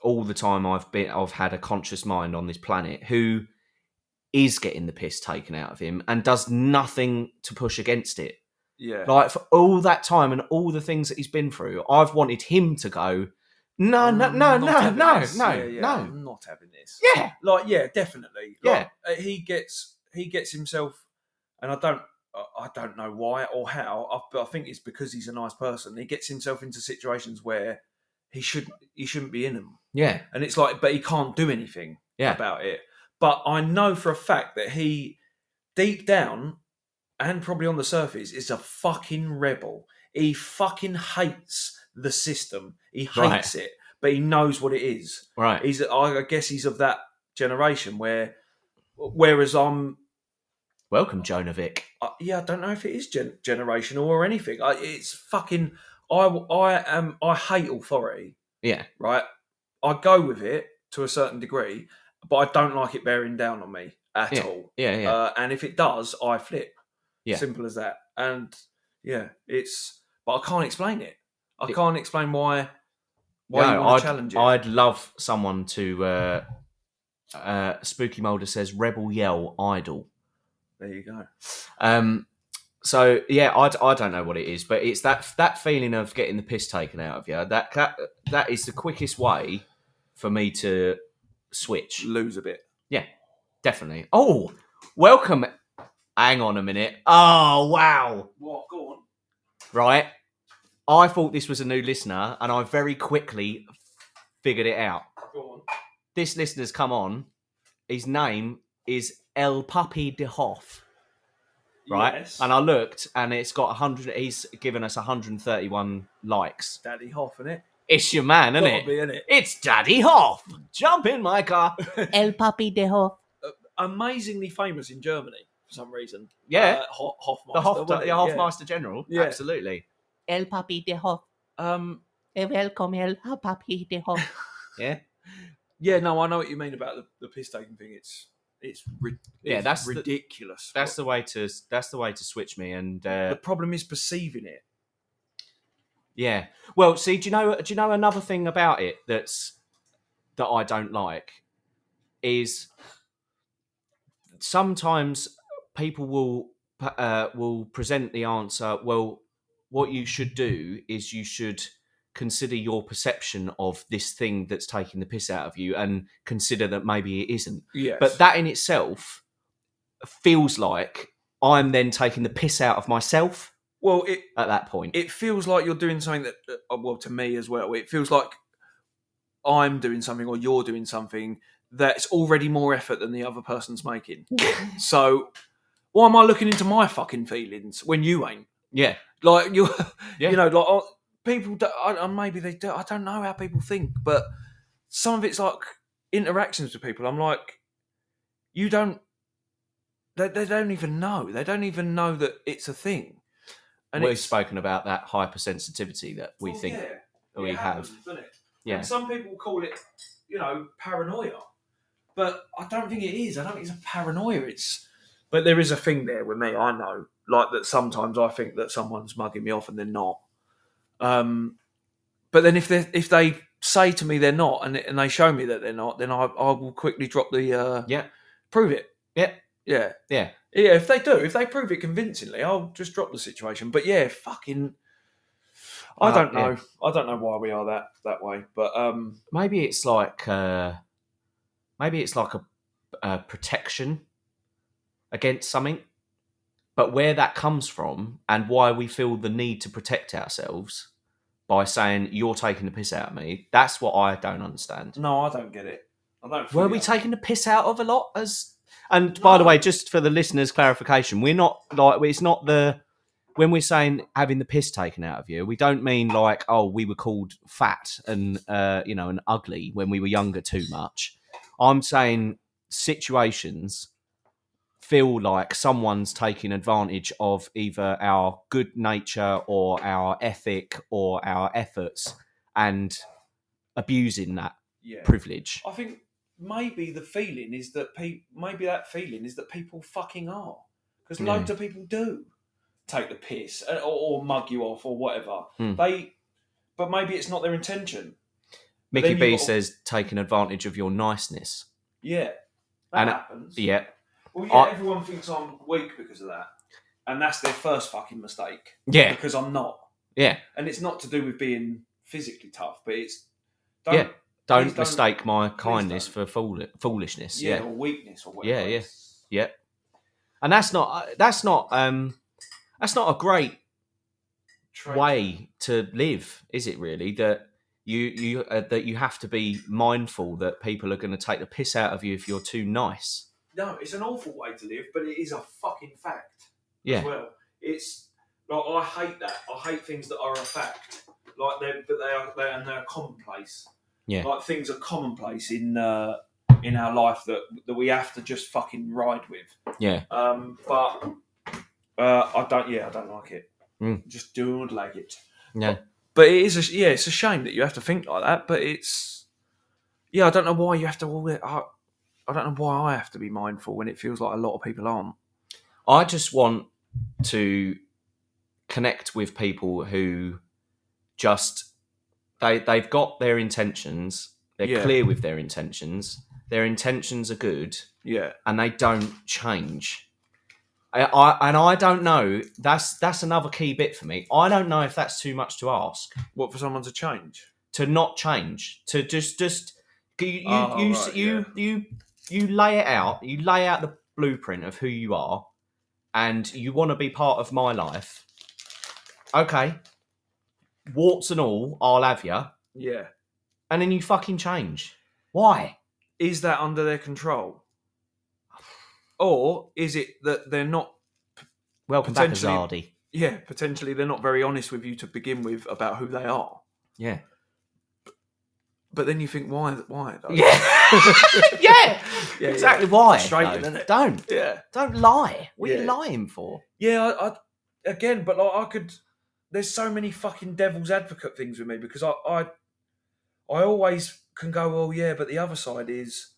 S2: all the time I've been I've had a conscious mind on this planet who is getting the piss taken out of him and does nothing to push against it.
S1: Yeah.
S2: Like for all that time and all the things that he's been through, I've wanted him to go. No, no,
S1: I'm
S2: no,
S1: Mm, not
S2: no,
S1: having
S2: no,
S1: this.
S2: no,
S1: Yeah, yeah,
S2: no.
S1: I'm not having this.
S2: Yeah,
S1: Like, yeah, definitely. Like,
S2: Yeah.
S1: uh, He gets he gets himself, and I don't I- I don't know why or how. I, but I think it's because he's a nice person. He gets himself into situations where he shouldn't he shouldn't be in them.
S2: yeah,
S1: and it's like, but he can't do anything
S2: Yeah.
S1: about it. But I know for a fact that he, deep down, and probably on the surface, is a fucking rebel. He fucking hates the system. He hates
S2: Right.
S1: it, but he knows what it is.
S2: right.
S1: He's, I guess, he's of that generation where, whereas I'm,
S2: Welcome, Jonovic.
S1: uh, yeah, I don't know if it is gen- generational or anything. I, it's fucking, I, I am, I hate authority
S2: Yeah,
S1: right? I go with it to a certain degree, but I don't like it bearing down on me at all.
S2: yeah, yeah.
S1: Uh, and if it does, I flip.
S2: Yeah.
S1: Simple as that. And yeah, it's but I can't explain it. I
S2: It-
S1: can't explain why why you
S2: No,
S1: want
S2: I'd,
S1: to challenge it.
S2: I'd love someone to uh, uh, Spooky Mulder says Rebel Yell Idol.
S1: There you go.
S2: Um, so yeah, I, d- I don't know what it is, but it's that that feeling of getting the piss taken out of you. That that, that is the quickest way for me to switch.
S1: Lose a bit.
S2: Definitely. Oh, welcome. Hang on a minute. Oh wow.
S1: Well, go on.
S2: Right. I thought this was a new listener, and I very quickly figured it out.
S1: Go on.
S2: This listener's come on. His name is El Puppy de Hoff. right?
S1: Yes.
S2: And I looked, and it's got 100. He's given us 131 likes.
S1: Daddy Hoff, innit?
S2: It's your man, isn't
S1: Gotta
S2: it?
S1: be, innit?
S2: It's Daddy Hoff. Jump in my car.
S4: El Papi de Hoff.
S1: Amazingly famous in Germany for some reason.
S2: Yeah,
S1: Uh, Ho- Hoffmeister.
S2: the Hoff,
S1: wasn't
S2: the
S1: he?
S2: Hoff
S1: Yeah.
S2: Master General.
S1: Yeah.
S2: Absolutely.
S4: El Papi de Hoff.
S1: Um,
S4: Eh, Welcome, El Papi de Hoff.
S2: Yeah,
S1: yeah, no, I know what you mean about the, the piss taking thing. It's it's, ri-
S2: Yeah,
S1: it's
S2: that's the-
S1: ridiculous.
S2: that's the way to. That's the way to switch me. And uh,
S1: the problem is perceiving it.
S2: yeah, well, see, do you know? Do you know another thing about it that's that I don't like is sometimes people will uh, will present the answer. Well, what you should do is you should consider your perception of this thing that's taking the piss out of you, and consider that maybe it isn't.
S1: Yes.
S2: But that in itself feels like I'm then taking the piss out of myself
S1: well, it
S2: at that point.
S1: it feels like you're doing something that uh, well to me as well. It feels like I'm doing something or you're doing something that's already more effort than the other person's making. so why am I looking into my fucking feelings when you ain't?
S2: yeah,
S1: Like you,
S2: Yeah.
S1: you know, like oh, people. Do, I, I- maybe they do. I don't know how people think, but some of it's like interactions with people. I'm like, you don't. They, they don't even know. They don't even know that it's a thing.
S2: we've
S1: it's-
S2: spoken about that hypersensitivity that we
S1: Well,
S2: think
S1: yeah,
S2: that we
S1: it
S2: have.
S1: happens, doesn't it?
S2: Yeah.
S1: And some people call it, you know, paranoia, but I don't think it is. I don't think it's a paranoia. It's but there is a thing there with me. I know, like that. Sometimes I think that someone's mugging me off and they're not. Um, but then if they if they say to me they're not and and they show me that they're not, then I I will quickly drop the uh,
S2: Yeah.
S1: prove it.
S2: Yeah.
S1: Yeah.
S2: Yeah.
S1: Yeah, if they do, if they prove it convincingly, I'll just drop the situation. But yeah, fucking I
S2: Uh,
S1: don't
S2: yeah.
S1: know. I don't know why we are that that way, but um
S2: Maybe it's like uh, maybe it's like a, a protection against something, but where that comes from and why we feel the need to protect ourselves by saying you're taking the piss out of me. That's what I don't understand.
S1: no, I don't get it. I don't
S2: Were
S1: fully
S2: we
S1: un-
S2: taking the piss out of a lot as? And by the way, just for the listeners' clarification, we're not like it's not the when we're saying having the piss taken out of you. We don't mean like oh we were called fat and uh, you know and ugly when we were younger too much. I'm saying situations feel like someone's taking advantage of either our good nature or our ethic or our efforts and abusing that
S1: yeah.
S2: privilege.
S1: I think maybe the feeling is that people maybe that feeling is that people fucking are because
S2: Yeah.
S1: loads of people do take the piss uh, or, or mug you off or whatever.
S2: Hmm.
S1: They but maybe it's not their intention.
S2: Mickey
S1: Then
S2: B
S1: you've got-
S2: says taking advantage of your niceness.
S1: Yeah. That
S2: And- uh,
S1: happens.
S2: Yeah,
S1: Well, yeah,
S2: I-
S1: everyone thinks I'm weak because of that, and that's their first fucking mistake
S2: yeah,
S1: because I'm not,
S2: yeah.
S1: and it's not to do with being physically tough, but it's don't,
S2: Yeah. Don't
S1: Please don't-
S2: mistake my kindness
S1: don't.
S2: for fool- foolishness.
S1: yeah,
S2: Yeah.
S1: or weakness or whatever.
S2: Yeah, yeah.
S1: It's-
S2: and that's not uh, that's not um that's not a great
S1: Trait.
S2: way to live, is it? Really, that you you uh, that you have to be mindful that people are going to take the piss out of you if you're too nice.
S1: No, it's an awful way to live, but it is a fucking fact. as
S2: Yeah,
S1: well. It's like I hate that. I hate things that are a fact. Like they, but they are, they and they're commonplace.
S2: Yeah.
S1: Like things are commonplace in uh, in our life that that we have to just fucking ride with.
S2: Yeah.
S1: Um, but uh, I don't. Yeah, I don't like it.
S2: Mm.
S1: Just don't like it.
S2: yeah.
S1: But it is. A, yeah, it's a shame that you have to think like that. But it's. Yeah, I don't know why you have to. all that- I, I don't know why I have to be mindful when it feels like a lot of people aren't.
S2: I just want to connect with people who just they they've got their intentions. They're
S1: Yeah.
S2: clear with their intentions. their intentions are good,
S1: Yeah.
S2: and they don't change. I, I, and I don't know. That's that's another key bit for me. I don't know if that's too much to ask
S1: What for someone to change?
S2: to not change to just just you you
S1: Oh,
S2: you,
S1: right,
S2: you, you you lay it out. You lay out the blueprint of who you are, and you want to be part of my life. Okay, warts and all, I'll have you,
S1: Yeah.
S2: and then you fucking change. Why?
S1: Is that under their control? Or is it that they're not
S2: Welcome back,
S1: Potentially-
S2: Azardi.
S1: yeah, potentially they're not very honest with you to begin with about who they are.
S2: Yeah.
S1: But then you think why why though?
S2: Yeah. yeah.
S1: Yeah,
S2: Exactly
S1: yeah.
S2: why.
S1: Frustrating,
S2: though.
S1: isn't it?
S2: Don't.
S1: Yeah.
S2: Don't lie. What are you
S1: Yeah.
S2: lying for?
S1: Yeah, I, I again, but like I could. There's so many fucking devil's advocate things with me because I, I, I always can go, well, yeah, but the other side is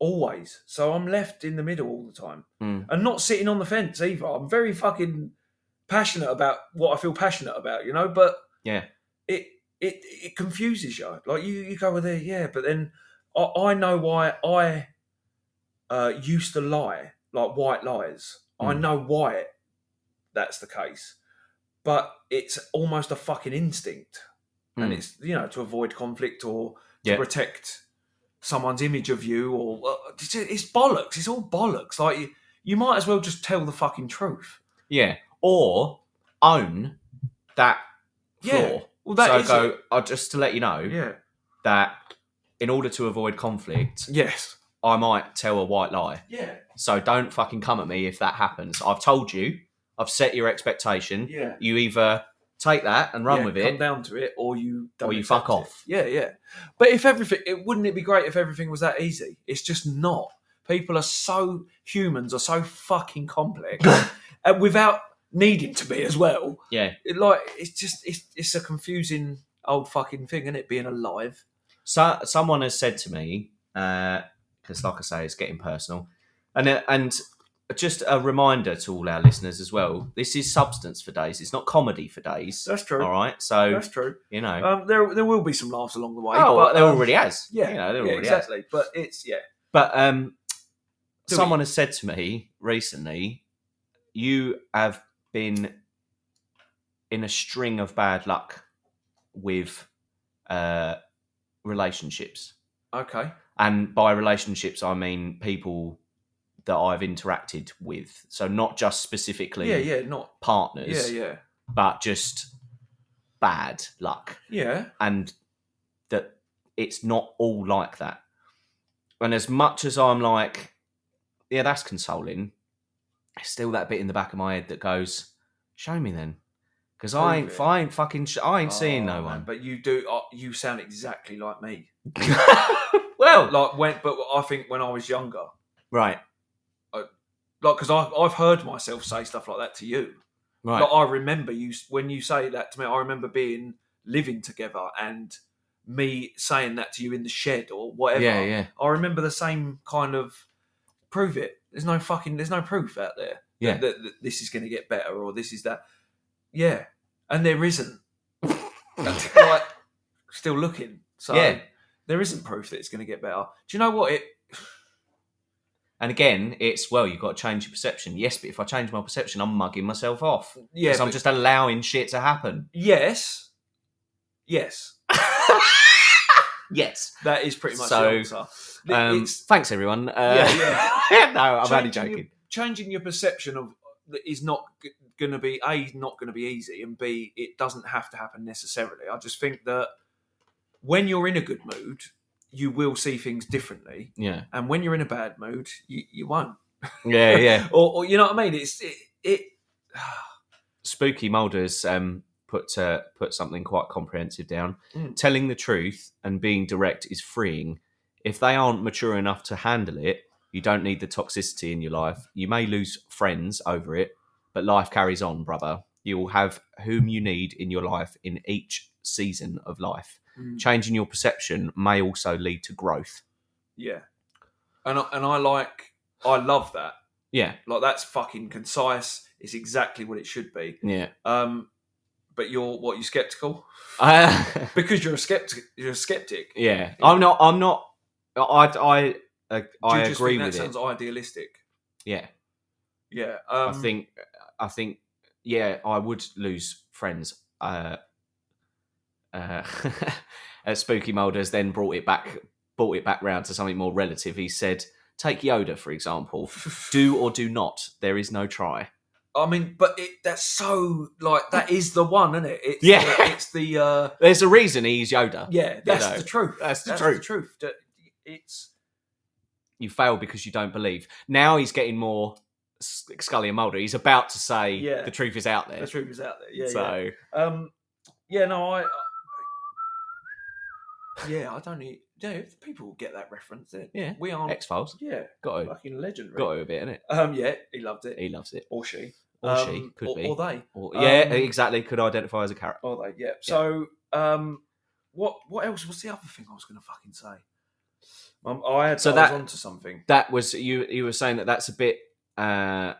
S1: always. So I'm left in the middle all the time,
S2: Mm.
S1: and not sitting on the fence either. I'm very fucking passionate about what I feel passionate about, you know. But
S2: Yeah.
S1: it it it confuses you. Like you you go with there, yeah, but then I, I know why I uh used to lie, like white lies. I
S2: Mm.
S1: know why it, that's the case. But it's almost a fucking instinct. And
S2: Mm.
S1: it's you know to avoid conflict or to
S2: Yeah.
S1: protect someone's image of you or uh, it's, it's bollocks. It's all bollocks. Like you, you might as well just tell the fucking truth.
S2: Yeah. Or own that flaw.
S1: Yeah. Well, that
S2: so
S1: is
S2: go.
S1: it.
S2: I just to let you know
S1: Yeah.
S2: that in order to avoid conflict,
S1: Yes.
S2: I might tell a white lie.
S1: Yeah.
S2: So don't fucking come at me if that happens. I've told you. I've set your expectation.
S1: Yeah.
S2: You either take that and run
S1: Yeah,
S2: with
S1: come
S2: it.
S1: down to it, or you don't
S2: Or you
S1: accept
S2: fuck off.
S1: it. Yeah, yeah. But if everything, it wouldn't it be great if everything was that easy? It's just not. People are so humans are so fucking complex, and without needing to be as well.
S2: Yeah.
S1: It, like it's just it's it's a confusing old fucking thing, isn't it? Being alive.
S2: So someone has said to me, because like I say, it's getting personal, and uh, and just a reminder to all our listeners as well. This is substance for days. It's not comedy for days.
S1: That's true.
S2: All right, so
S1: That's true.
S2: you know,
S1: Um, there there will be some laughs along the way.
S2: oh, well,
S1: but,
S2: there
S1: um,
S2: already has.
S1: Yeah,
S2: you know, there
S1: yeah,
S2: already has.
S1: exactly. But it's yeah,
S2: But um,
S1: Do
S2: someone has said to me recently, you have been in a string of bad luck with uh, relationships.
S1: okay,
S2: And by relationships, I mean people that I've interacted with. So not just specifically
S1: yeah, yeah, not yeah,
S2: partners,
S1: yeah,
S2: but just bad luck.
S1: yeah,
S2: And that it's not all like that. And as much as I'm like, yeah, that's consoling, it's still that bit in the back of my head that goes, show me then. Because I ain't,
S1: Prove it.
S2: I ain't fucking, sh- I ain't seeing
S1: Oh,
S2: no
S1: man,
S2: one.
S1: But you do. Uh, you sound exactly like me.
S2: well,
S1: Like when, but I think when I was younger,
S2: right,
S1: like because I've I've heard myself say stuff like that to you.
S2: right.
S1: Like I remember you s- when you say that to me. I remember being living together and me saying that to you in the shed or whatever.
S2: yeah, yeah,
S1: I remember the same kind of prove it. There's no fucking. There's no proof out there.
S2: yeah.
S1: that, that this is going to get better or this is that. Yeah, and there isn't. That's like, still looking. So
S2: Yeah.
S1: there isn't proof that it's going to get better. Do you know what? It
S2: And again, it's well, you've got to change your perception. Yes, but if I change my perception, I'm mugging myself off.
S1: yeah,
S2: because I'm
S1: but-
S2: just allowing shit to happen.
S1: yes, yes.
S2: Yes.
S1: That is pretty much
S2: So,
S1: the answer. It-
S2: Um,
S1: it's
S2: thanks, everyone. Uh,
S1: Yeah,
S2: no, I'm only
S1: changing your-
S2: joking.
S1: changing your perception of uh, that is not going to be a not going to be easy, and b it doesn't have to happen necessarily. I just think that when you're in a good mood, you will see things differently.
S2: Yeah,
S1: and when you're in a bad mood, you, you won't.
S2: yeah, yeah.
S1: Or, or you know what I mean? It's it. it
S2: Spooky Mulder's um, put uh, put something quite comprehensive down.
S1: Mm.
S2: Telling the truth and being direct is freeing. If they aren't mature enough to handle it, you don't need the toxicity in your life. You may lose friends over it, but life carries on, brother. You will have whom you need in your life in each season of life. Changing your perception may also lead to growth.
S1: yeah, and I, and I like I love that.
S2: Yeah,
S1: Like that's fucking concise. It's exactly what it should be.
S2: yeah.
S1: Um, but you're what you skeptical
S2: Uh,
S1: because you're a skeptic. You're a skeptic.
S2: Yeah, I'm not. I'm not. I I uh,
S1: Do you
S2: I
S1: just
S2: agree
S1: think
S2: with
S1: that
S2: it.
S1: sounds idealistic.
S2: yeah,
S1: Yeah, um,
S2: I think I think yeah, I would lose friends. Uh, uh, uh, Spooky Mulder's then brought it back, brought it back round to something more relative. He said, "Take Yoda for example. Do or do not. There is no try."
S1: I mean, but it, that's so like that is the one, isn't it? It's
S2: Yeah.
S1: the, it's the uh,
S2: There's a reason he's Yoda.
S1: yeah, that's
S2: know,
S1: the truth.
S2: that's the
S1: The
S2: truth.
S1: truth. That It's
S2: You fail because you don't believe. Now he's getting more S- Scully and Mulder. He's about to say
S1: Yeah.
S2: the truth is out there.
S1: the truth is out there. Yeah,
S2: so.
S1: yeah. Um, yeah, no, I. I yeah, I don't. Need, yeah, people will get that reference. Then
S2: Yeah.
S1: we aren't.
S2: X Files.
S1: yeah,
S2: Got to,
S1: fucking legendary.
S2: got to a bit, innit?
S1: Um, yeah, he loved it,
S2: He loves it.
S1: or she,
S2: Or
S1: Um,
S2: she could
S1: or,
S2: be.
S1: or they,
S2: Or, yeah,
S1: um,
S2: exactly. Could identify as a character.
S1: or they. Oh, Yeah. So, um, what what else? What's the other thing I was going to fucking say? Um, I had
S2: So
S1: I
S2: that-
S1: was onto something.
S2: That was you. You were saying that that's a bit. uh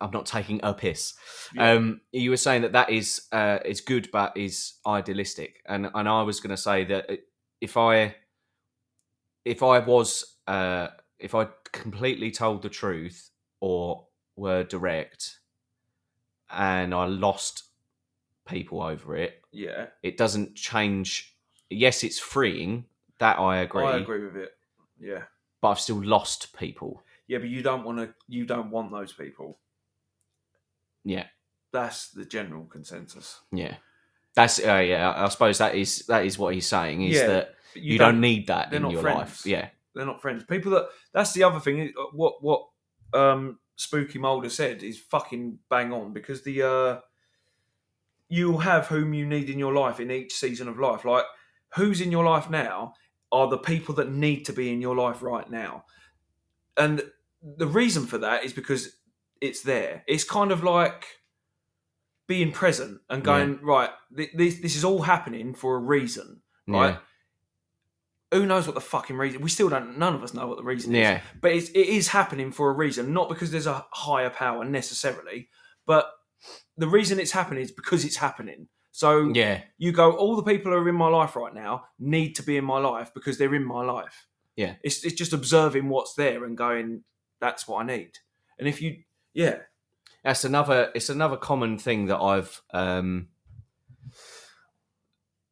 S2: I'm not taking a piss.
S1: Yeah.
S2: Um, you were saying that that is uh, is good, but is idealistic, and and I was going to say that if I if I was uh, if I completely told the truth or were direct, and I lost people over it,
S1: Yeah,
S2: it doesn't change. Yes, it's freeing. That I agree.
S1: I agree with it. Yeah,
S2: But I've still lost people.
S1: yeah, but you don't want to. You don't want those people.
S2: Yeah.
S1: that's the general consensus.
S2: Yeah, that's uh, yeah. I I suppose that is that is what he's saying is
S1: Yeah,
S2: that
S1: But
S2: you, don't, need that
S1: they're
S2: in
S1: not
S2: your
S1: friends.
S2: life. Yeah,
S1: They're not friends. People that. That's the other thing. uh, What what um, Spooky Mulder said is fucking bang on because the uh, you'll have whom you need in your life in each season of life. Like who's in your life now are the people that need to be in your life right now, and the reason for that is because it's there. It's kind of like being present and going right. th- This this is all happening for a reason, right?
S2: yeah,
S1: who knows what the fucking reason we still don't none of us know what the reason is
S2: yeah.
S1: but it's, it is happening for a reason not because there's a higher power necessarily but the reason it's happening is because it's happening so
S2: yeah.
S1: you go all the people who are in my life right now need to be in my life because they're in my life
S2: Yeah.
S1: it's, it's just observing what's there and going that's what i need and if you yeah
S2: That's another. It's another common thing that I've. um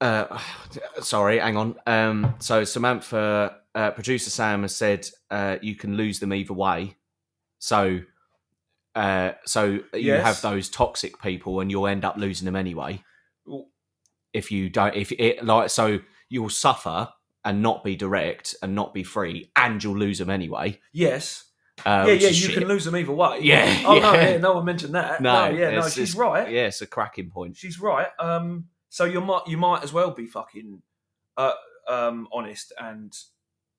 S2: uh, sorry, hang on. Um, so Samantha, uh, producer Sam has said uh, you can lose them either way. So, uh, so you
S1: Yes.
S2: have those toxic people, and you'll end up losing them anyway.
S1: well,
S2: if you don't if it like so you'll suffer and not be direct and not be free and you'll lose them anyway
S1: yes
S2: uh,
S1: yeah
S2: which
S1: yeah you
S2: is shit.
S1: can lose them either way
S2: Yeah,
S1: oh no
S2: yeah.
S1: yeah, no one mentioned that
S2: No,
S1: no, yeah no
S2: it's
S1: she's
S2: just-
S1: right
S2: yeah it's a cracking point
S1: she's right. Um, so you might you might as well be fucking uh, um, honest, and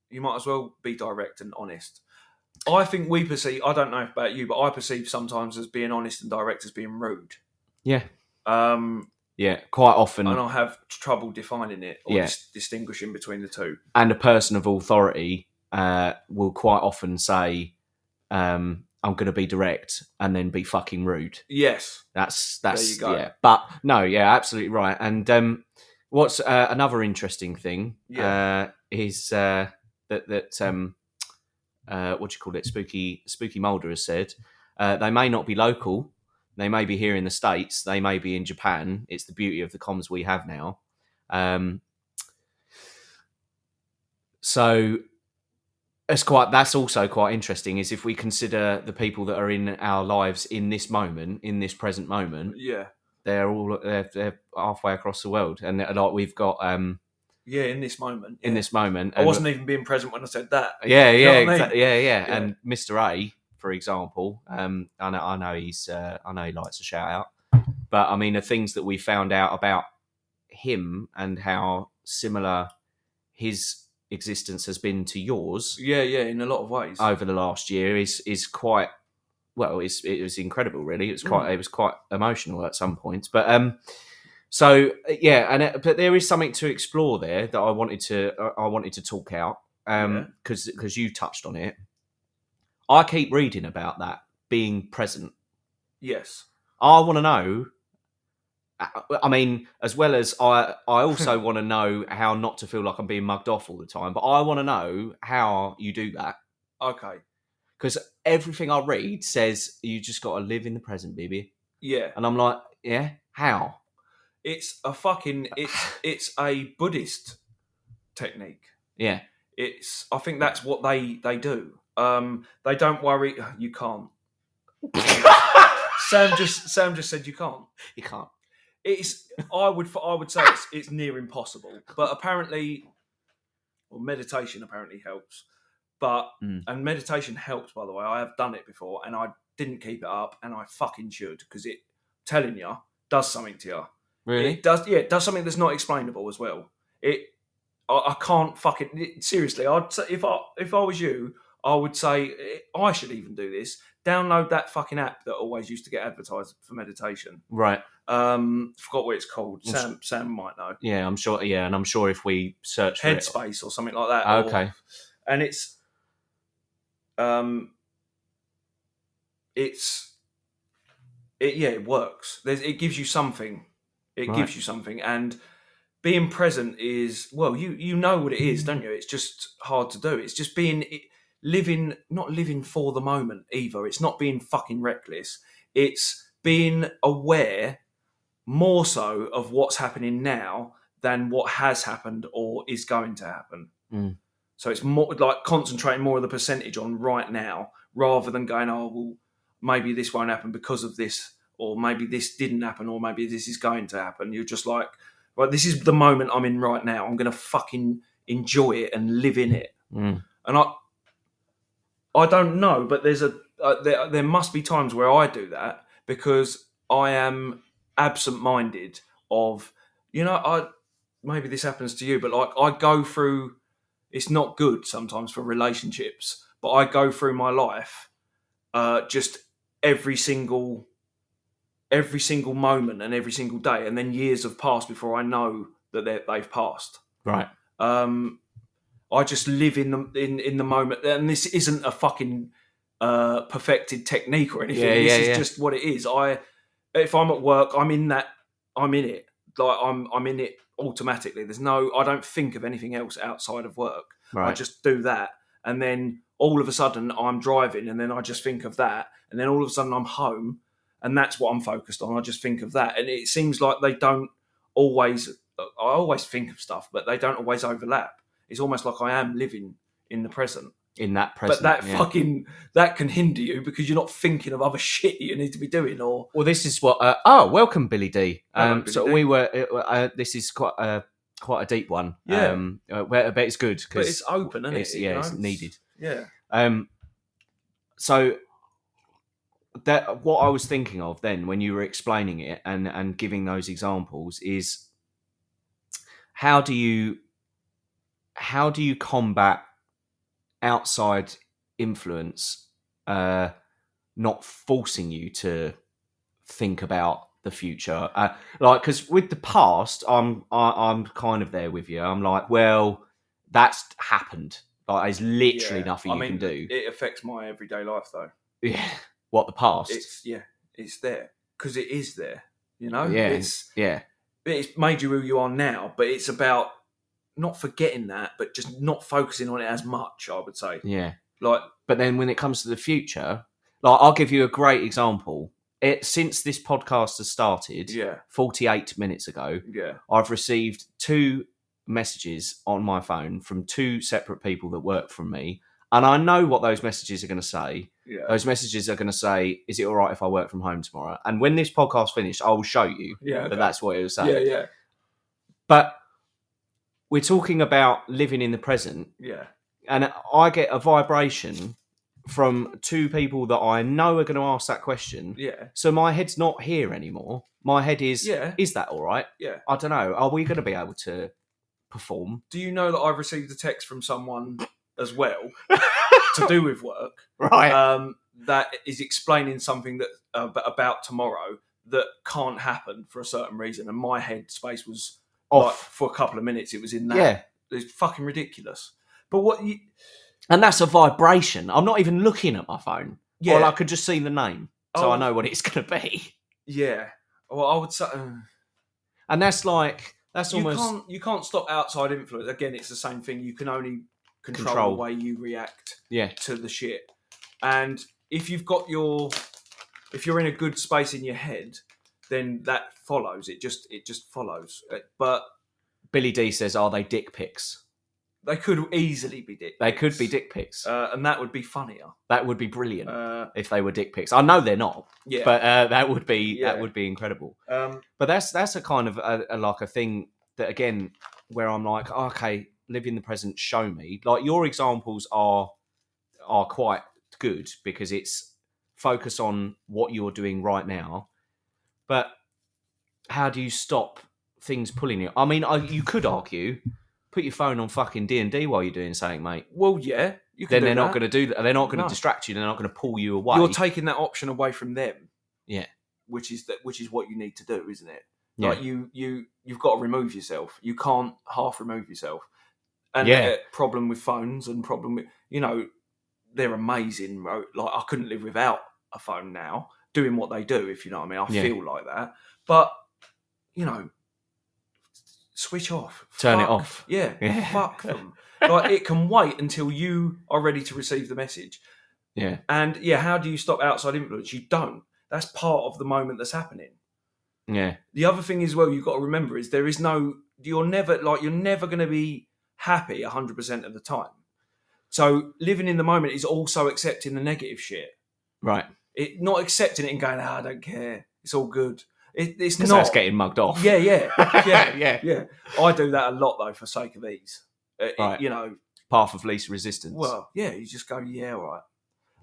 S1: you might as well be direct and honest. I think we perceive. I don't know about you, but I perceive sometimes as being honest and direct as being rude.
S2: yeah
S1: Um,
S2: yeah quite often
S1: and I have trouble defining it or
S2: Yeah.
S1: dis- distinguishing between the two.
S2: and a person of authority uh, will quite often say um, i'm going to be direct and then be fucking rude
S1: Yes,
S2: That's that's
S1: you go.
S2: yeah. But no, yeah, absolutely right. And um, what's uh, another interesting thing uh, is uh, that that um, uh, what do you call it? Spooky Spooky Mulder has said uh, they may not be local. They may be here in the states. They may be in Japan. It's the beauty of the comms we have now. Um, so that's quite that's also quite interesting is if we consider the people that are in our lives in this moment in this present moment
S1: yeah,
S2: they're all they're, they're halfway across the world and they're like we've got um
S1: yeah. In this moment,
S2: in
S1: yeah.
S2: this moment
S1: I
S2: and-
S1: wasn't even being present when I said that.
S2: yeah
S1: you know
S2: yeah
S1: what I mean?
S2: exa- yeah yeah
S1: Yeah.
S2: and mr a for example um i know i know he's uh, i know he likes a shout out but i mean the things that we found out about him and how similar his existence has been to yours
S1: Yeah, yeah. In a lot of ways.
S2: over the last year is is quite well it's it was incredible really it was quite it was quite emotional at some points but um so yeah and it, but there is something to explore there that I wanted to uh, I I wanted to talk out
S1: Yeah.
S2: um because because you touched on it I keep reading about that being present
S1: yes.
S2: I want to know I uh, I mean, as well as I, I also want to know how not to feel like I'm being mugged off all the time, but I want to know how you do that
S1: Okay.
S2: because everything I read says you just got to live in the present, baby.
S1: Yeah.
S2: And I'm like, yeah, how?
S1: It's a fucking it's it's a Buddhist technique.
S2: Yeah,
S1: It's I think that's what they they do. Um, they don't worry. You can't. Sam just Sam just said you can't.
S2: you can't.
S1: It's I would I would say it's, it's near impossible. But apparently, well, meditation apparently helps. But
S2: Mm.
S1: and meditation helps. By the way, I have done it before, and I didn't keep it up, and I fucking should because it telling you does something to you.
S2: Really?
S1: It does yeah, it does something that's not explainable as well. It I, I can't fucking it- seriously. I'd say, if I if I was you, I would say eh, I should even do this. Download that fucking app that always used to get advertised for meditation.
S2: Right.
S1: Um, forgot what it's called.
S2: What's-
S1: Sam Sam might know.
S2: Yeah, I'm sure. Yeah, and I'm sure if we search for it,
S1: Headspace or something like that. or-
S2: okay,
S1: and it's um it's it yeah it works There's, it gives you something it
S2: Right.
S1: gives you something and being present is well you you know what it is don't you it's just hard to do it's just being it- living not living for the moment either it's not being fucking reckless it's being aware more so of what's happening now than what has happened or is going to happen
S2: Mm.
S1: so it's more like concentrating more of the percentage on right now rather than going, oh, well, maybe this won't happen because of this, or maybe this didn't happen, or maybe this is going to happen. You're just like, right, this is the moment I'm in right now. I'm going to fucking enjoy it and live in it.
S2: Mm.
S1: And I, I don't know, but there's a uh, there, there must be times where I do that because I am absent-minded. Of you know, I maybe this happens to you, but like I go through it's not good sometimes for relationships but i go through my life uh, just every single every single moment and every single day and then years have passed before i know that they- they've passed
S2: right.
S1: um, I just live in the in, in the moment, and this isn't a fucking uh, perfected technique or anything.
S2: Yeah,
S1: this
S2: yeah,
S1: is
S2: yeah.
S1: just what it is. I if I'm at work, I'm in that. I'm in it. Like I'm I'm in it automatically. There's no. I don't think of anything else outside of work. I
S2: Right.
S1: just do that, and then all of a sudden I'm driving, and then I just think of that, and then all of a sudden I'm home, and that's what I'm focused on. I just think of that, and it seems like they don't always. I always think of stuff, but they don't always overlap. It's almost like I am living in the present,
S2: in that present.
S1: but that
S2: yeah.
S1: fucking that can hinder you because you're not thinking of other shit you need to be doing. Or
S2: Well, this is what. Uh, oh, welcome, Billy D.
S1: Hello,
S2: Um,
S1: Billy
S2: so
S1: D.
S2: we were. Uh, uh, this is quite a quite a deep one.
S1: Yeah.
S2: Um, uh, well, I bet it's good
S1: but
S2: because
S1: it's open, and
S2: it's,
S1: it?
S2: yeah,
S1: You know?
S2: it's needed.
S1: Yeah,
S2: Um, so that what I was thinking of then when you were explaining it and and giving those examples is how do you how do you combat outside influence uh not forcing you to think about the future uh, like because with the past i'm I, i'm kind of there with you i'm like well that's happened like there's literally
S1: Yeah.
S2: nothing
S1: I
S2: you
S1: mean,
S2: can do
S1: It affects my everyday life though.
S2: yeah what the past
S1: It's yeah, it's there because it is there. You know,
S2: Yeah.
S1: it's
S2: yeah
S1: it's made you who you are now, but it's about not forgetting that, but just not focusing on it as much. I would say,
S2: yeah
S1: like,
S2: But then when it comes to the future, like I'll give you a great example. It since this podcast has started
S1: yeah,
S2: 48 minutes ago,
S1: yeah,
S2: I've received two messages on my phone from two separate people that work for me. And I know what those messages are going to say.
S1: yeah,
S2: Those messages are going to say, Is it all right if I work from home tomorrow? And when this podcast finished, I will show you
S1: yeah,
S2: that
S1: okay.
S2: that's what it was saying.
S1: yeah, yeah,
S2: But we're talking about living in the present
S1: yeah,
S2: and I get a vibration from two people that I know are going to ask that question.
S1: yeah,
S2: So my head's not here anymore. My head is,
S1: yeah.
S2: is that all right?
S1: Yeah.
S2: I don't know. Are we going to be able to perform?
S1: Do you know that I've received a text from someone as well to do with work?
S2: Right.
S1: um, that is explaining something that uh, about tomorrow that can't happen for a certain reason, and my head space was like,
S2: Off.
S1: for a couple of minutes. It was in that.
S2: yeah.
S1: It's fucking ridiculous. But what? You,
S2: And that's a vibration. I'm not even looking at my phone.
S1: yeah,
S2: Well, I could just see the name. So
S1: Oh.
S2: I know what it's going to be.
S1: yeah. Well, I would say uh,
S2: and that's like that's
S1: you
S2: almost
S1: can't you can't stop outside influence. Again, it's the same thing. You can only control,
S2: Control.
S1: the way you react
S2: yeah
S1: to the shit. And if you've got your if you're in a good space in your head, then that follows. It just it just follows. Uh, But
S2: billy d says are they dick pics
S1: they could easily be dick.
S2: they could be
S1: pics.
S2: dick pics
S1: uh, and that would be funnier.
S2: that would be brilliant
S1: Uh,
S2: if they were dick pics i know they're not
S1: yeah,
S2: but uh, that would be
S1: Yeah.
S2: that would be incredible
S1: um,
S2: but that's that's a kind of a, a, like a thing that again where i'm like okay live in the present show me like your examples are are quite good because it's focus on what you're doing right now but how do you stop things pulling you i mean I, you could argue put your phone on fucking d&d while you're doing something mate
S1: well, yeah, you can.
S2: then
S1: do
S2: they're not
S1: that.
S2: going to do that they're not going to
S1: No.
S2: distract you they're not going to pull you away
S1: You're taking that option away from them.
S2: Yeah.
S1: which is that which is what you need to do, isn't it?
S2: Yeah.
S1: Like you you you've got to remove yourself. You can't half remove yourself. And
S2: Yeah.
S1: uh, problem with phones and problem with you know they're amazing. bro. Like I couldn't live without a phone now. Doing what they do, if you know what I mean. I
S2: Yeah.
S1: feel like that, but you know, switch off.
S2: Turn it
S1: Fuck-
S2: off.
S1: Yeah,
S2: Yeah.
S1: fuck them. like it can wait until you are ready to receive the message.
S2: yeah
S1: And yeah, how do you stop outside influence? You don't. That's part of the moment that's happening.
S2: yeah
S1: The other thing as well you've got to remember is there is no you're never like you're never going to be happy 100% of the time. So living in the moment is also accepting the negative shit.
S2: right
S1: It not accepting it and going, "Ah, I don't care. It's all good." It, it's
S2: because
S1: not
S2: that's getting mugged off
S1: Yeah, yeah. Yeah.
S2: yeah
S1: yeah. I do that a lot though for sake of ease. Uh, it-
S2: Right.
S1: you know,
S2: path of least resistance.
S1: well, yeah, you just go, "Yeah, all right."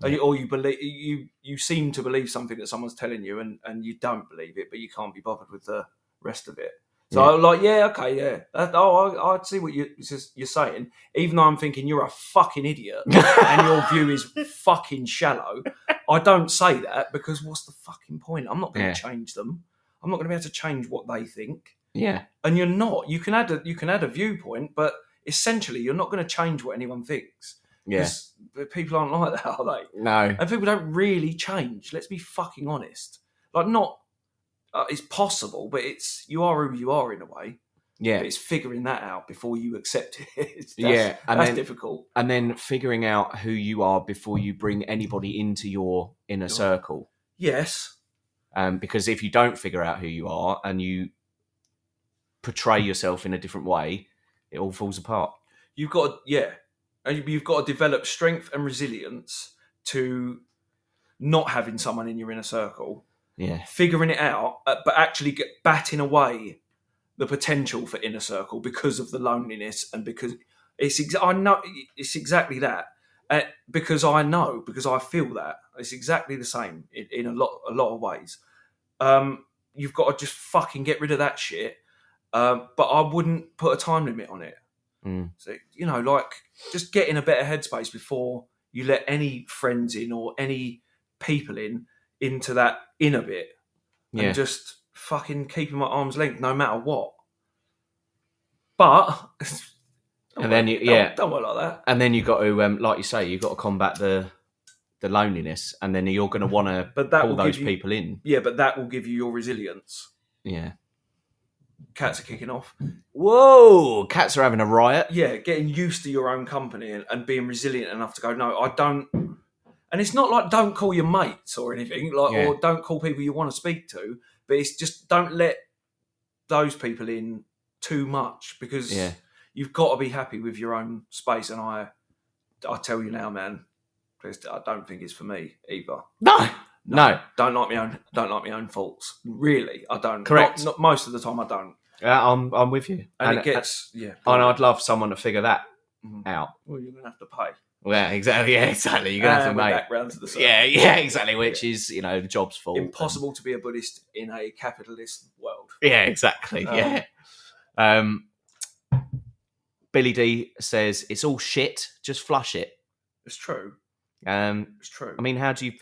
S1: Or you- Or you believe you you seem to believe something that someone's telling you, and and you don't believe it, but you can't be bothered with the rest of it. So
S2: Yeah.
S1: I'm like, yeah, okay, yeah. That, oh, I, I see what you, it's just- you're saying. Even though I'm thinking you're a fucking idiot and your view is fucking shallow, I don't say that because what's the fucking point? I'm not going to
S2: Yeah.
S1: change them. I'm not going to be able to change what they think.
S2: yeah,
S1: And you're not. You can add a, you can add a viewpoint, but essentially you're not going to change what anyone thinks.
S2: yeah,
S1: 'Cause the People aren't like that, are they?
S2: no,
S1: And people don't really change. Let's be fucking honest. Like, not. Uh, it's possible, but it's you are who you are in a way.
S2: yeah,
S1: It's figuring that out before you accept it. It's- that's,
S2: yeah, and
S1: that's
S2: then
S1: difficult.
S2: and then figuring out who you are before you bring anybody into your inner circle.
S1: Yes,
S2: Um, because if you don't figure out who you are and you portray yourself in a different way, it all falls apart.
S1: you've got to, yeah, and you- you've got to develop strength and resilience to not having someone in your inner circle,
S2: Yeah,
S1: figuring it out, uh, but actually get batting away the potential for inner circle because of the loneliness and because it's ex- I know it's exactly that. Uh, because I know, because I feel that it's exactly the same in, in a lot, a lot of ways. Um, you've got to just fucking get rid of that shit. Um, but I wouldn't put a time limit on it.
S2: Mm.
S1: So you know, like just get in a better headspace before you let any friends in or any people in into that inner bit,
S2: yeah,
S1: and just fucking keep them at arm's length no matter what. But
S2: And then you-
S1: Don't-
S2: yeah.
S1: don't work like that.
S2: and then you got to, um, like you say, you got to combat the the loneliness, and then you're going to want to
S1: But that
S2: pull
S1: will
S2: those
S1: give you,
S2: people in.
S1: Yeah, but that will give you your resilience.
S2: Yeah.
S1: Cats are kicking off.
S2: Whoa, cats are having a riot.
S1: Yeah, getting used to your own company and, and being resilient enough to go, no, I don't. And it's not like don't call your mates or anything, like
S2: Yeah.
S1: or don't call people you want to speak to, but it's just don't let those people in too much because
S2: Yeah.
S1: you've got to be happy with your own space. And I, I tell you now, man, just- I don't think it's for me either.
S2: No, no.
S1: don't like my own, don't like my own faults. Really, I don't.
S2: Correct.
S1: Not, not most of the time, I don't.
S2: Yeah, I'm I'm with you. uh,
S1: and, it gets yeah.
S2: and I'd love someone to figure that
S1: Mhm.
S2: out.
S1: well, you're gonna have to pay.
S2: Yeah, exactly. Yeah, exactly. You're gonna have
S1: And
S2: to
S1: we're
S2: make.
S1: back round Um, to the circle.
S2: Yeah, yeah, exactly. Which is you know the job's fault.
S1: Impossible to be a Buddhist in a capitalist world.
S2: And- yeah, exactly.
S1: Um,
S2: yeah. Um, Billy D says it's all shit. Just flush it.
S1: It's true.
S2: Um,
S1: It's true.
S2: I mean, how do you?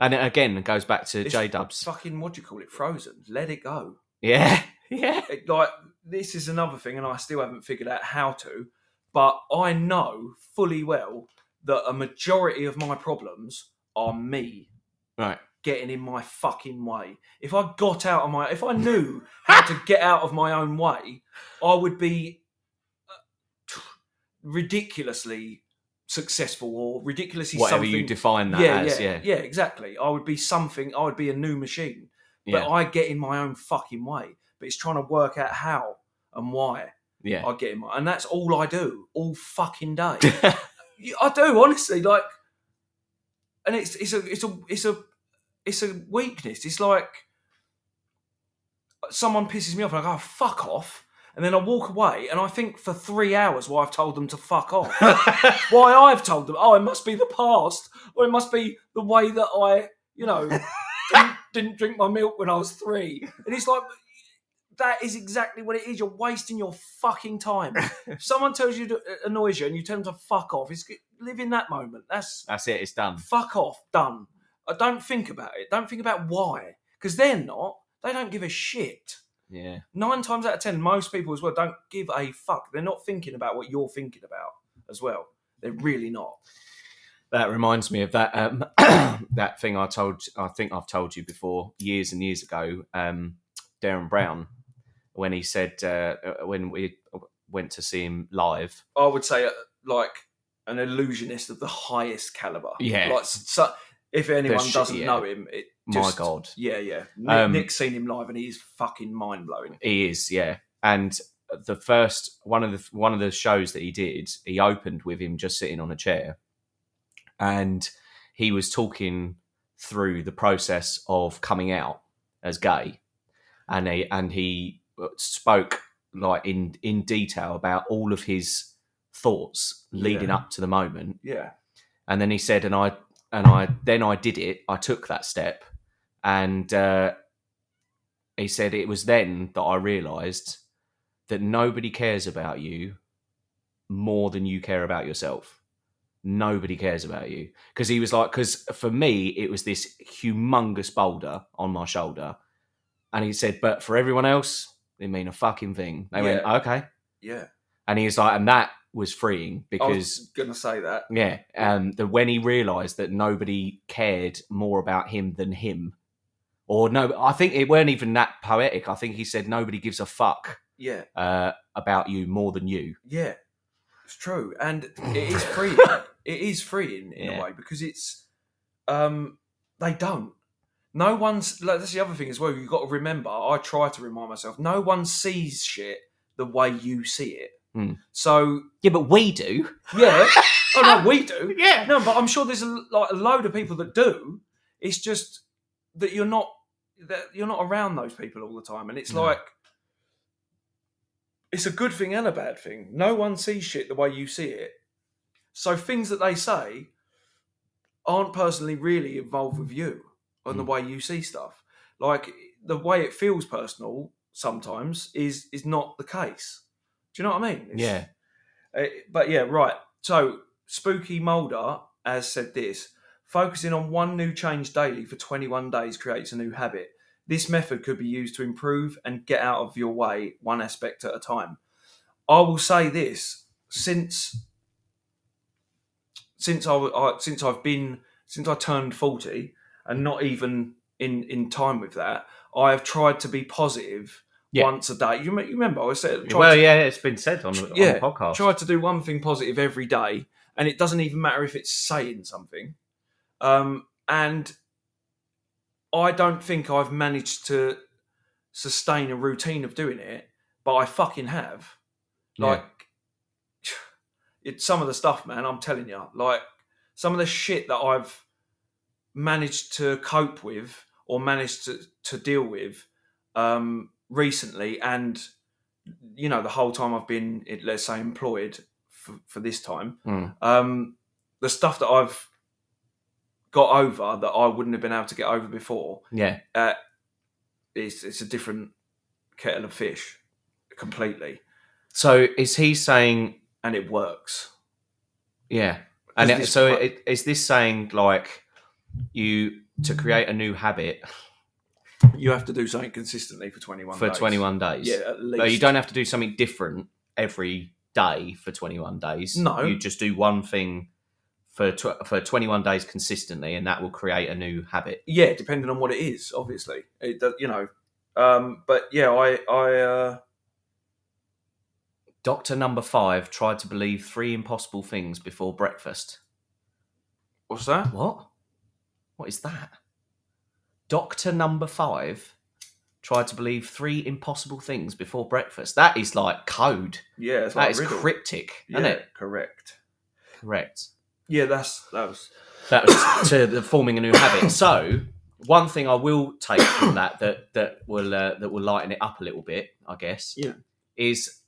S2: And it again, it goes back to
S1: It's
S2: J Dubs.
S1: fucking what do you call it? Frozen. Let it go.
S2: yeah, yeah,
S1: It, like this is another thing, and I still haven't figured out how to. But I know fully well that a majority of my problems are me.
S2: right.
S1: getting in my fucking way. If I got out of my, if I knew how to get out of my own way, I would be uh, ridiculously successful or ridiculously
S2: Whatever
S1: something.
S2: you define that
S1: yeah,
S2: as,
S1: yeah,
S2: yeah,
S1: yeah, exactly. I would be something. I would be a new machine, but
S2: yeah,
S1: I get in my own fucking way. But it's trying to work out how and why
S2: yeah.
S1: I get in my, and that's all I do all fucking day. Yeah, I do honestly like, and it's it's a it's a it's a it's a weakness. It's like someone pisses me off, and I go "Oh, fuck off, and then I walk away, and I think for three hours why I've told them to fuck off, why I've told them. Oh, it must be the past, or it must be the way that I, you know, didn't, didn't drink my milk when I was three, and it's like. That is exactly what it is. You're wasting your fucking time. If someone tells you to uh, annoys you and you tell them to fuck off, it's live in that moment. That's
S2: That's it. It's done.
S1: fuck off, done. Uh, Don't think about it. Don't think about why, because they're not. They don't give a shit.
S2: Yeah,
S1: Nine times out of ten, most people as well don't give a fuck. They're not thinking about what you're thinking about as well. They're really not.
S2: that reminds me of that um, that thing I told. I think I've told you before, years and years ago. Um, Darren Brown, when he said uh, uh, when we went to see him live,
S1: I would say uh, like an illusionist of the highest caliber.
S2: Yeah.
S1: Like so, if anyone
S2: shit,
S1: doesn't
S2: yeah.
S1: know him, it
S2: my
S1: just,
S2: God,
S1: Yeah, yeah. Nick,
S2: Um,
S1: Nick's seen him live and he is fucking mind blowing.
S2: He is, yeah. And the first one of the one of the shows that he did, he opened with him just sitting on a chair, and he was talking through the process of coming out as gay, and he and he spoke like in in detail about all of his thoughts leading
S1: Yeah.
S2: up to the moment
S1: Yeah.
S2: and then he said and i and i then i did it i took that step and uh, he said it was then that i realized that nobody cares about you more than you care about yourself nobody cares about you because he was like because for me it was this humongous boulder on my shoulder and he said but for everyone else it mean a fucking thing they went
S1: Yeah.
S2: okay
S1: Yeah.
S2: and he was like and that was freeing
S1: I
S2: because
S1: was gonna say that.
S2: yeah, um, the when he realised that nobody cared more about him than him, or no, I think it weren't even that poetic. I think he said nobody gives a fuck
S1: Yeah,
S2: uh, about you more than you.
S1: yeah, it's true, and it is freeing. it is freeing in
S2: Yeah.
S1: a way because it's um they don't. No one's like that's the other thing as well. You've got to remember. I try to remind myself. No one sees shit the way you see it.
S2: Hmm.
S1: So
S2: Yeah, but we do.
S1: yeah, oh no, we do.
S2: Yeah,
S1: No, but I'm sure there's a, like a load of people that do. It's just that you're not that you're not around those people all the time, and it's
S2: No.
S1: like it's a good thing and a bad thing. No one sees shit the way you see it, so things that they say aren't personally really involved with you and
S2: Mm.
S1: the way you see stuff. Like the way it feels personal sometimes is is not the case. Do you know what I mean? It's-
S2: yeah,
S1: uh, but yeah, right. So Spooky Mulder has said this: focusing on one new change daily for 21 days creates a new habit. This method could be used to improve and get out of your way one aspect at a time. I will say this: since since I, I since I've been since I turned 40, and not even in in time with that, I have tried to be positive
S2: Yeah.
S1: once a day. You, me- you remember I said tried
S2: Well,
S1: to-
S2: yeah, it's been said on, the- on
S1: Yeah,
S2: the podcast.
S1: try to do one thing positive every day, and it doesn't even matter if it's saying something. Um, and I don't think I've managed to sustain a routine of doing it, but I fucking have.
S2: Yeah.
S1: Like, it's some of the stuff, man. I'm telling you, like some of the shit that I've managed to cope with or managed to, to deal with um, recently and you know the whole time I've been eh, let's say employed for, for this time
S2: Mm.
S1: um, the stuff that I've got over that I wouldn't have been able to get over before
S2: yeah,
S1: it's, it's a different kettle of fish completely
S2: so is he saying
S1: and it works
S2: Yeah, and
S1: Does
S2: it,
S1: this
S2: so
S1: pro-
S2: it, is this saying like you to create a new habit
S1: you have to do something consistently for 21
S2: for
S1: days.
S2: 21 days?
S1: yeah at least
S2: But you don't have to do something different every day for 21 days.
S1: No.
S2: you just do one thing for tw- for 21 days consistently, and that will create a new habit.
S1: yeah, depending on what it is, obviously, it does, you know. Um, but yeah, I, I, uh,
S2: Doctor number five tried to believe three impossible things before breakfast.
S1: what's that?
S2: What? What is that? Doctor number five tried to believe three impossible things before breakfast. That is like code.
S1: Yeah, it's
S2: That
S1: like
S2: is
S1: riddle.
S2: cryptic,
S1: yeah,
S2: isn't it?
S1: Correct.
S2: Correct.
S1: Yeah, that's that was
S2: That was to the forming a new habit. So one thing I will take from that that that will uh, that will lighten it up a little bit, I guess.
S1: Yeah.
S2: Is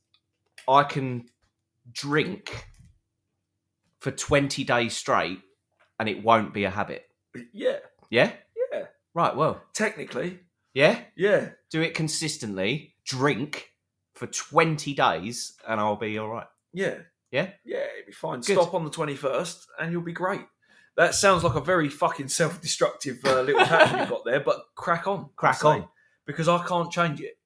S2: I can drink for twenty days straight and it won't be a habit.
S1: yeah,
S2: Yeah.
S1: Yeah.
S2: Right. Well.
S1: technically,
S2: Yeah.
S1: yeah,
S2: Do it consistently. Drink for twenty days and I'll be all right.
S1: yeah,
S2: Yeah?
S1: yeah. It'd be fine.
S2: Good.
S1: Stop on the twenty first, and you'll be great. That sounds like a very fucking self-destructive uh, little pattern you've got there, but crack on,
S2: Crack
S1: I'd say,
S2: on.
S1: because I can't change it.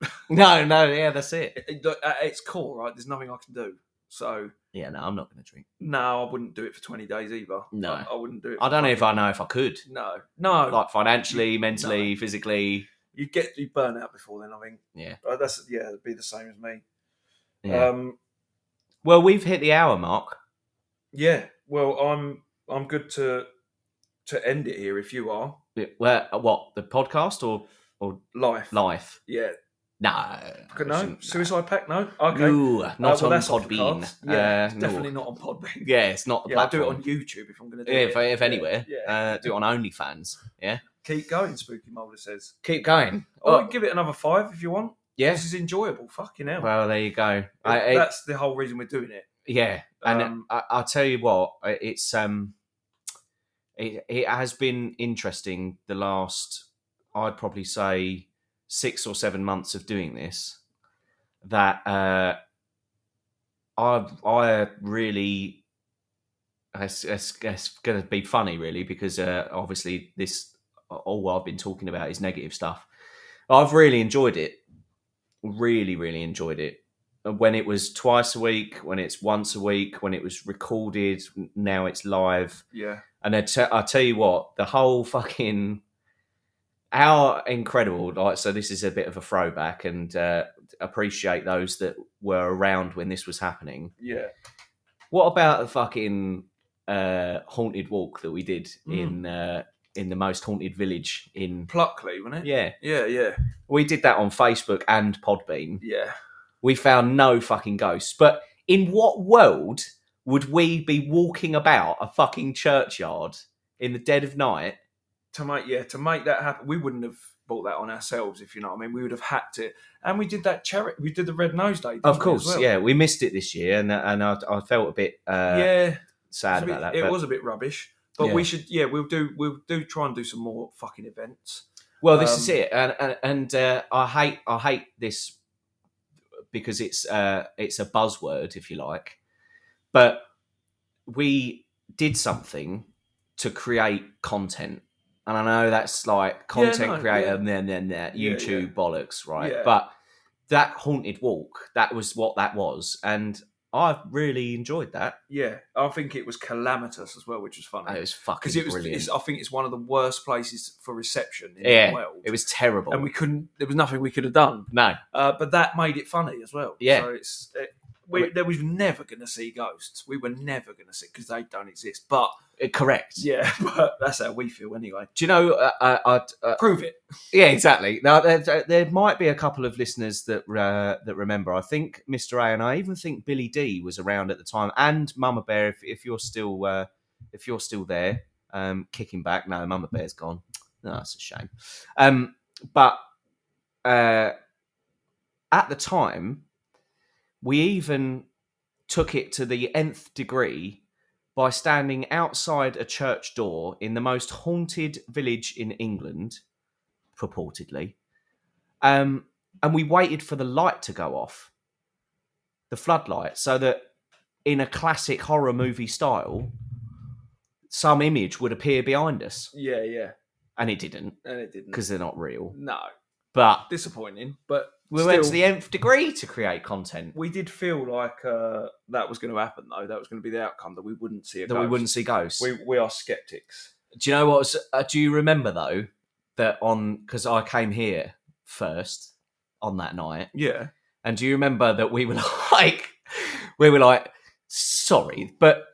S2: No. No. Yeah. That's it.
S1: It- it- At its core, right? There's nothing I can do. So
S2: Yeah. No. I'm not going to drink.
S1: no, I wouldn't do it for twenty days either.
S2: No.
S1: I, I wouldn't do it.
S2: I don't know if I know if I could.
S1: No, no.
S2: like financially, mentally, physically.
S1: you'd get you burn out before then. I think.
S2: Yeah.
S1: Uh, that's yeah. It'd be the same as me.
S2: Yeah.
S1: Um.
S2: Uh, well, we've hit the hour mark.
S1: Yeah. Well, I'm I'm good to to end it here if you are
S2: Where what the podcast or or
S1: life.
S2: life?
S1: Yeah.
S2: No,
S1: Okay,
S2: we
S1: No.
S2: shouldn't-
S1: Suicide pact. No. Okay. Uh,
S2: Ooh,
S1: well,
S2: not on
S1: that's off the
S2: Podbean.
S1: cards. Yeah.
S2: Uh,
S1: it's
S2: no.
S1: definitely not on Podbean.
S2: Yeah, it's not the
S1: Yeah, I'll do
S2: platform.
S1: it on YouTube if I'm going to do
S2: Yeah,
S1: it.
S2: if, if
S1: Yeah,
S2: anywhere,
S1: Yeah.
S2: Uh, do it on OnlyFans. Yeah,
S1: Keep going, Spooky Mulder says.
S2: keep going.
S1: Oh,
S2: Oh,
S1: give it another five if you want.
S2: yeah.
S1: This is enjoyable. Fucking hell.
S2: Well, there you go. I, I-
S1: that's the whole reason we're doing it.
S2: yeah, and
S1: Um,
S2: I, I'll tell you what, I- it's um, it it has been interesting the last, I'd probably say six or seven months of doing this, that uh, I I really, it's, it's, it's going to be funny really because uh, obviously this all I've been talking about is negative stuff. I've really enjoyed it, really really enjoyed it when it was twice a week, when it's once a week, when it was recorded, now it's live.
S1: Yeah.
S2: And I te- I tell you what, the whole fucking how incredible! Like, so this is a bit of a throwback, and uh, appreciate those that were around when this was happening.
S1: Yeah.
S2: What about the fucking uh, haunted walk that we did in uh, in the most haunted village in?
S1: Pluckley, wasn't it?
S2: Yeah,
S1: Yeah. Yeah.
S2: we did that on Facebook and Podbean.
S1: Yeah.
S2: We found no fucking ghosts. But in what world would we be walking about a fucking churchyard in the dead of night?
S1: to make yeah to make that happen we wouldn't have bought that on ourselves if you know what i mean we would have hacked it and we did that charity we did the red nose day didn't
S2: Of
S1: we, as
S2: course,
S1: well?
S2: yeah, we missed it this year, and and I, I felt a bit uh,
S1: yeah it was
S2: sad
S1: a bit-
S2: about that.
S1: it
S2: but-
S1: was a bit rubbish but
S2: Yeah.
S1: we should yeah we'll do we'll do try and do some more fucking events
S2: well, this is
S1: um,
S2: it, and and, and uh, I hate I hate this because it's uh, it's a buzzword, if you like. But we did something to create content. And I know that's like content
S1: no,
S2: creator,
S1: yeah.
S2: and then then that
S1: Yeah,
S2: YouTube bollocks, right?
S1: Yeah.
S2: But that haunted walk, that was what that was, and I really enjoyed that.
S1: yeah i think it was calamitous as well which was
S2: It
S1: funny
S2: was fucking
S1: because it was
S2: brilliant.
S1: it's, i think it's one of the worst places for reception in
S2: Yeah,
S1: the world
S2: it was terrible.
S1: and we couldn't there was nothing we could have done
S2: no,
S1: uh, but that made it funny as well
S2: Yeah.
S1: so it's it, we, there was never going to see ghosts. We were never going to see because they don't exist. But
S2: uh, correct.
S1: Yeah, but that's how we feel anyway.
S2: Do you know? Uh, uh, I'd- uh,
S1: Prove it.
S2: Yeah, exactly. Now there, there- there might be a couple of listeners that uh, that remember. I think Mr. A and I even think Billy D was around at the time, and Mama Bear. If, if you're still uh, if you're still there, um, kicking back. No, Mama Bear's gone. No, that's a shame. Um, but uh, at the time, we even took it to the nth degree by standing outside a church door in the most haunted village in England purportedly. Um, and we waited for the light to go off, the floodlight, so that in a classic horror movie style, some image would appear behind us.
S1: Yeah, yeah.
S2: And it didn't
S1: And it didn't.
S2: because they're not real.
S1: No,
S2: But
S1: disappointing. But
S2: We went to
S1: Still-
S2: the nth degree to create content
S1: We did feel like uh, that was going to happen, though. That was going to be the outcome that we wouldn't see a
S2: that we
S1: ghost.
S2: wouldn't see ghosts.
S1: We we are skeptics.
S2: do you know what? Was, uh, do you remember though that on because I came here first on that night,
S1: Yeah.
S2: and do you remember that we were like, we were like, sorry, but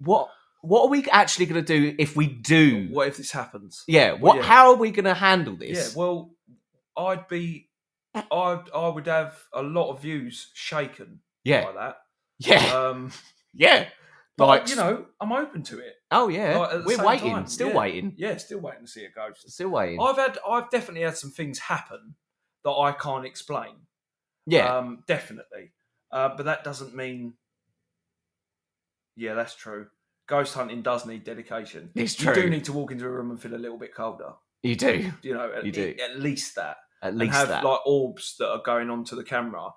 S2: what what are we actually going to do if we do?
S1: What if this happens?
S2: yeah, what?
S1: yeah.
S2: How are we going to handle
S1: Yeah,
S2: this?
S1: well, I'd be, I I would have a lot of views shaken
S2: Yeah,
S1: by that.
S2: yeah,
S1: Um,
S2: yeah.
S1: but
S2: Like
S1: you know, I'm open to it.
S2: oh yeah,
S1: like, at the
S2: we're
S1: same
S2: waiting,
S1: time,
S2: still
S1: yeah.
S2: waiting,
S1: Yeah, still waiting to see a ghost.
S2: still waiting.
S1: I've had, I've definitely had some things happen that I can't explain.
S2: yeah,
S1: um, definitely. Uh, but that doesn't mean. Yeah, that's true. Ghost hunting does need dedication.
S2: It's
S1: You
S2: true.
S1: do need to walk into a room and feel a little bit colder.
S2: you do
S1: You know, at,
S2: You do.
S1: at least that.
S2: at
S1: and
S2: least
S1: have
S2: that.
S1: like orbs that are going onto the camera,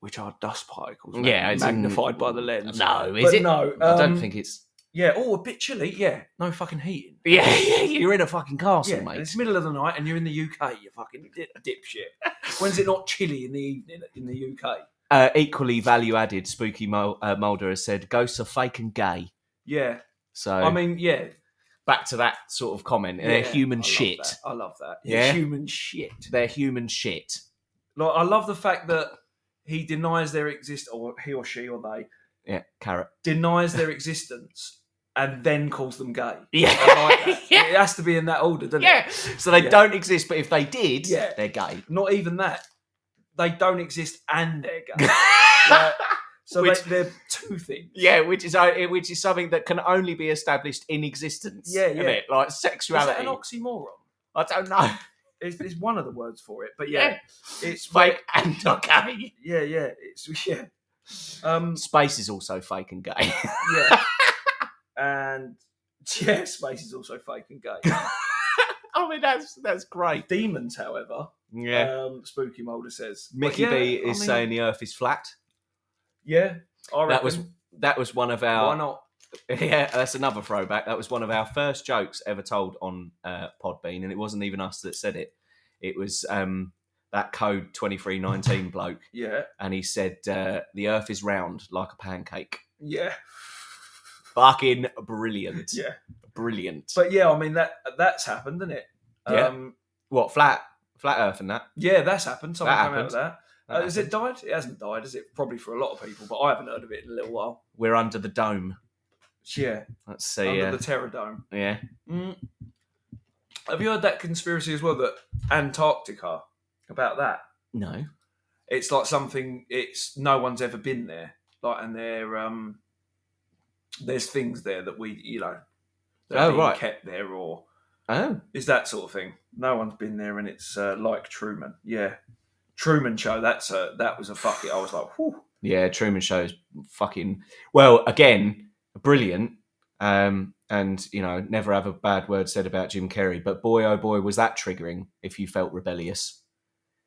S1: which are dust particles. ma-
S2: yeah, it's-
S1: magnified by the lens.
S2: No, is
S1: But
S2: it?
S1: No,
S2: I don't
S1: um,
S2: think it's.
S1: Yeah, oh, a bit chilly. Yeah, no fucking heating.
S2: Yeah, yeah, you're in a fucking castle,
S1: yeah,
S2: mate.
S1: it's middle of the night and you're in the UK. You fucking di- dipshit. When's it not chilly in the evening in the UK?
S2: Uh, equally value added, Spooky Mul- uh, Mulder has said ghosts are fake and gay.
S1: Yeah,
S2: So
S1: I mean, yeah,
S2: back to that sort of comment.
S1: yeah,
S2: They're
S1: I
S2: human
S1: love
S2: shit.
S1: that, I love that.
S2: Yeah.
S1: human shit.
S2: They're human shit.
S1: Like, I love the fact that he denies their exist, or he or she or they
S2: Yeah, carrot.
S1: denies their existence, and then calls them gay.
S2: Yeah,
S1: I like that.
S2: yeah,
S1: It has to be in that order, doesn't it?
S2: yeah. So they
S1: Yeah.
S2: don't exist, but if they did,
S1: Yeah.
S2: they're gay.
S1: Not even that. They don't exist and they're gay. Like, so
S2: Which-
S1: they, they're two things.
S2: yeah, which is o- which is something that can only be established in existence.
S1: Yeah,
S2: isn't
S1: yeah.
S2: it? Like
S1: Is that
S2: sexuality.
S1: an oxymoron?
S2: I don't know.
S1: It's, it's one of the words for it, but yeah, it's
S2: fake and not gay.
S1: yeah, yeah, it's yeah, um,
S2: Space is also fake and gay.
S1: yeah, and yeah, space is also fake and gay.
S2: I mean, that's that's great.
S1: Demons, however,
S2: Yeah.
S1: um, Spooky Mulder says but
S2: Mickey
S1: yeah,
S2: B
S1: I
S2: is
S1: mean,
S2: saying the Earth is flat.
S1: yeah, I
S2: That was
S1: reckon.
S2: that was one of
S1: why
S2: our
S1: not?
S2: yeah. That's another throwback. That was one of our first jokes ever told on uh, Podbean, and it wasn't even us that said it. It was um, that code twenty three nineteen bloke,
S1: Yeah,
S2: and he said uh, the Earth is round like a pancake.
S1: yeah,
S2: Fucking brilliant,
S1: yeah.
S2: brilliant.
S1: But yeah, I mean that that's happened, isn't it?
S2: Yeah.
S1: Um,
S2: what flat flat Earth and that?
S1: yeah, that's happened. Someone
S2: That
S1: came out with that.
S2: That
S1: Uh, has
S2: happened.
S1: it died? It hasn't died, has it? Probably for a lot of people, but I haven't heard of it in a little while.
S2: We're under the dome.
S1: Yeah,
S2: Let's see.
S1: under
S2: Yeah,
S1: the Terror Dome.
S2: yeah.
S1: Mm. Have you heard that conspiracy as well that Antarctica about that?
S2: No.
S1: It's like something. It's no one's ever been there. Like, and there, um, there's things there that we, you know, that are
S2: Oh,
S1: being
S2: right.
S1: kept there, or
S2: Oh,
S1: is that sort of thing. No one's been there, and it's uh, like Truman. Yeah, Truman Show. That's a that was a fuck it. I was like, whew.
S2: Yeah, Truman Show's fucking well again, brilliant. Um, and you know, never have a bad word said about Jim Carrey. But boy, oh boy, was that triggering if you felt rebellious.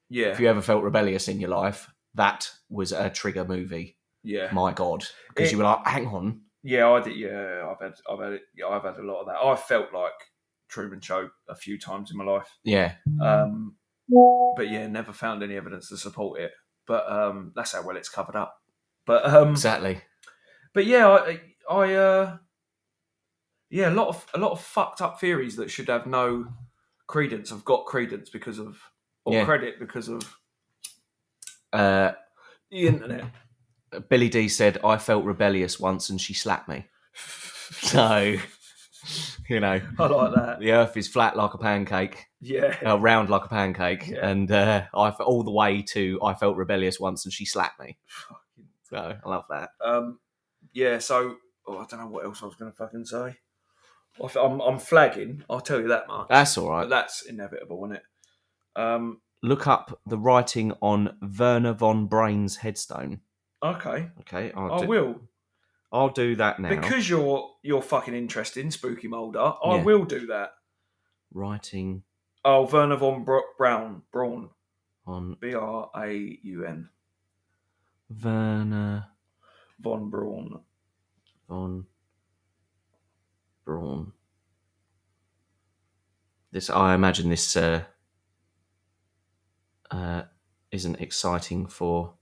S1: yeah,
S2: If you ever felt rebellious in your life, that was a trigger movie.
S1: yeah.
S2: My God, because you
S1: It-
S2: were like, hang on,
S1: Yeah, I did. Yeah, I've had, I've had, it, yeah, I've had a lot of that. I felt like Truman Show a few times in my life,
S2: yeah,
S1: um, but yeah, never found any evidence to support it. But um, that's how well it's covered up. But um,
S2: exactly.
S1: but yeah, I, I, uh, yeah, a lot of a lot of fucked up theories that should have no credence have got credence because of or
S2: Yeah.
S1: credit because of
S2: Uh,
S1: the internet.
S2: Billy D said, I felt rebellious once and she slapped me. so, you know,
S1: I like that.
S2: the earth is flat like a pancake.
S1: Yeah,
S2: uh, round like a pancake,
S1: Yeah.
S2: and uh, I f- all the way to I felt rebellious once, and she slapped me. So I love that.
S1: Um, yeah, so oh, I don't know what else I was going to fucking say. I th- I'm, I'm flagging. I'll tell you that much.
S2: That's all
S1: But
S2: right.
S1: that's inevitable, isn't it? Um,
S2: Look up the writing on Werner von Braun's headstone.
S1: okay,
S2: Okay,
S1: I,
S2: I'll, do,
S1: will
S2: I'll do that now.
S1: because you're you're fucking interested in spooky Mulder. I
S2: Yeah.
S1: will do that.
S2: Writing
S1: Oh, Werner von Bro- Braun, Braun,
S2: on
S1: B R A U N,
S2: Werner
S1: von Braun.
S2: von Braun. This I imagine this uh, uh, isn't exciting for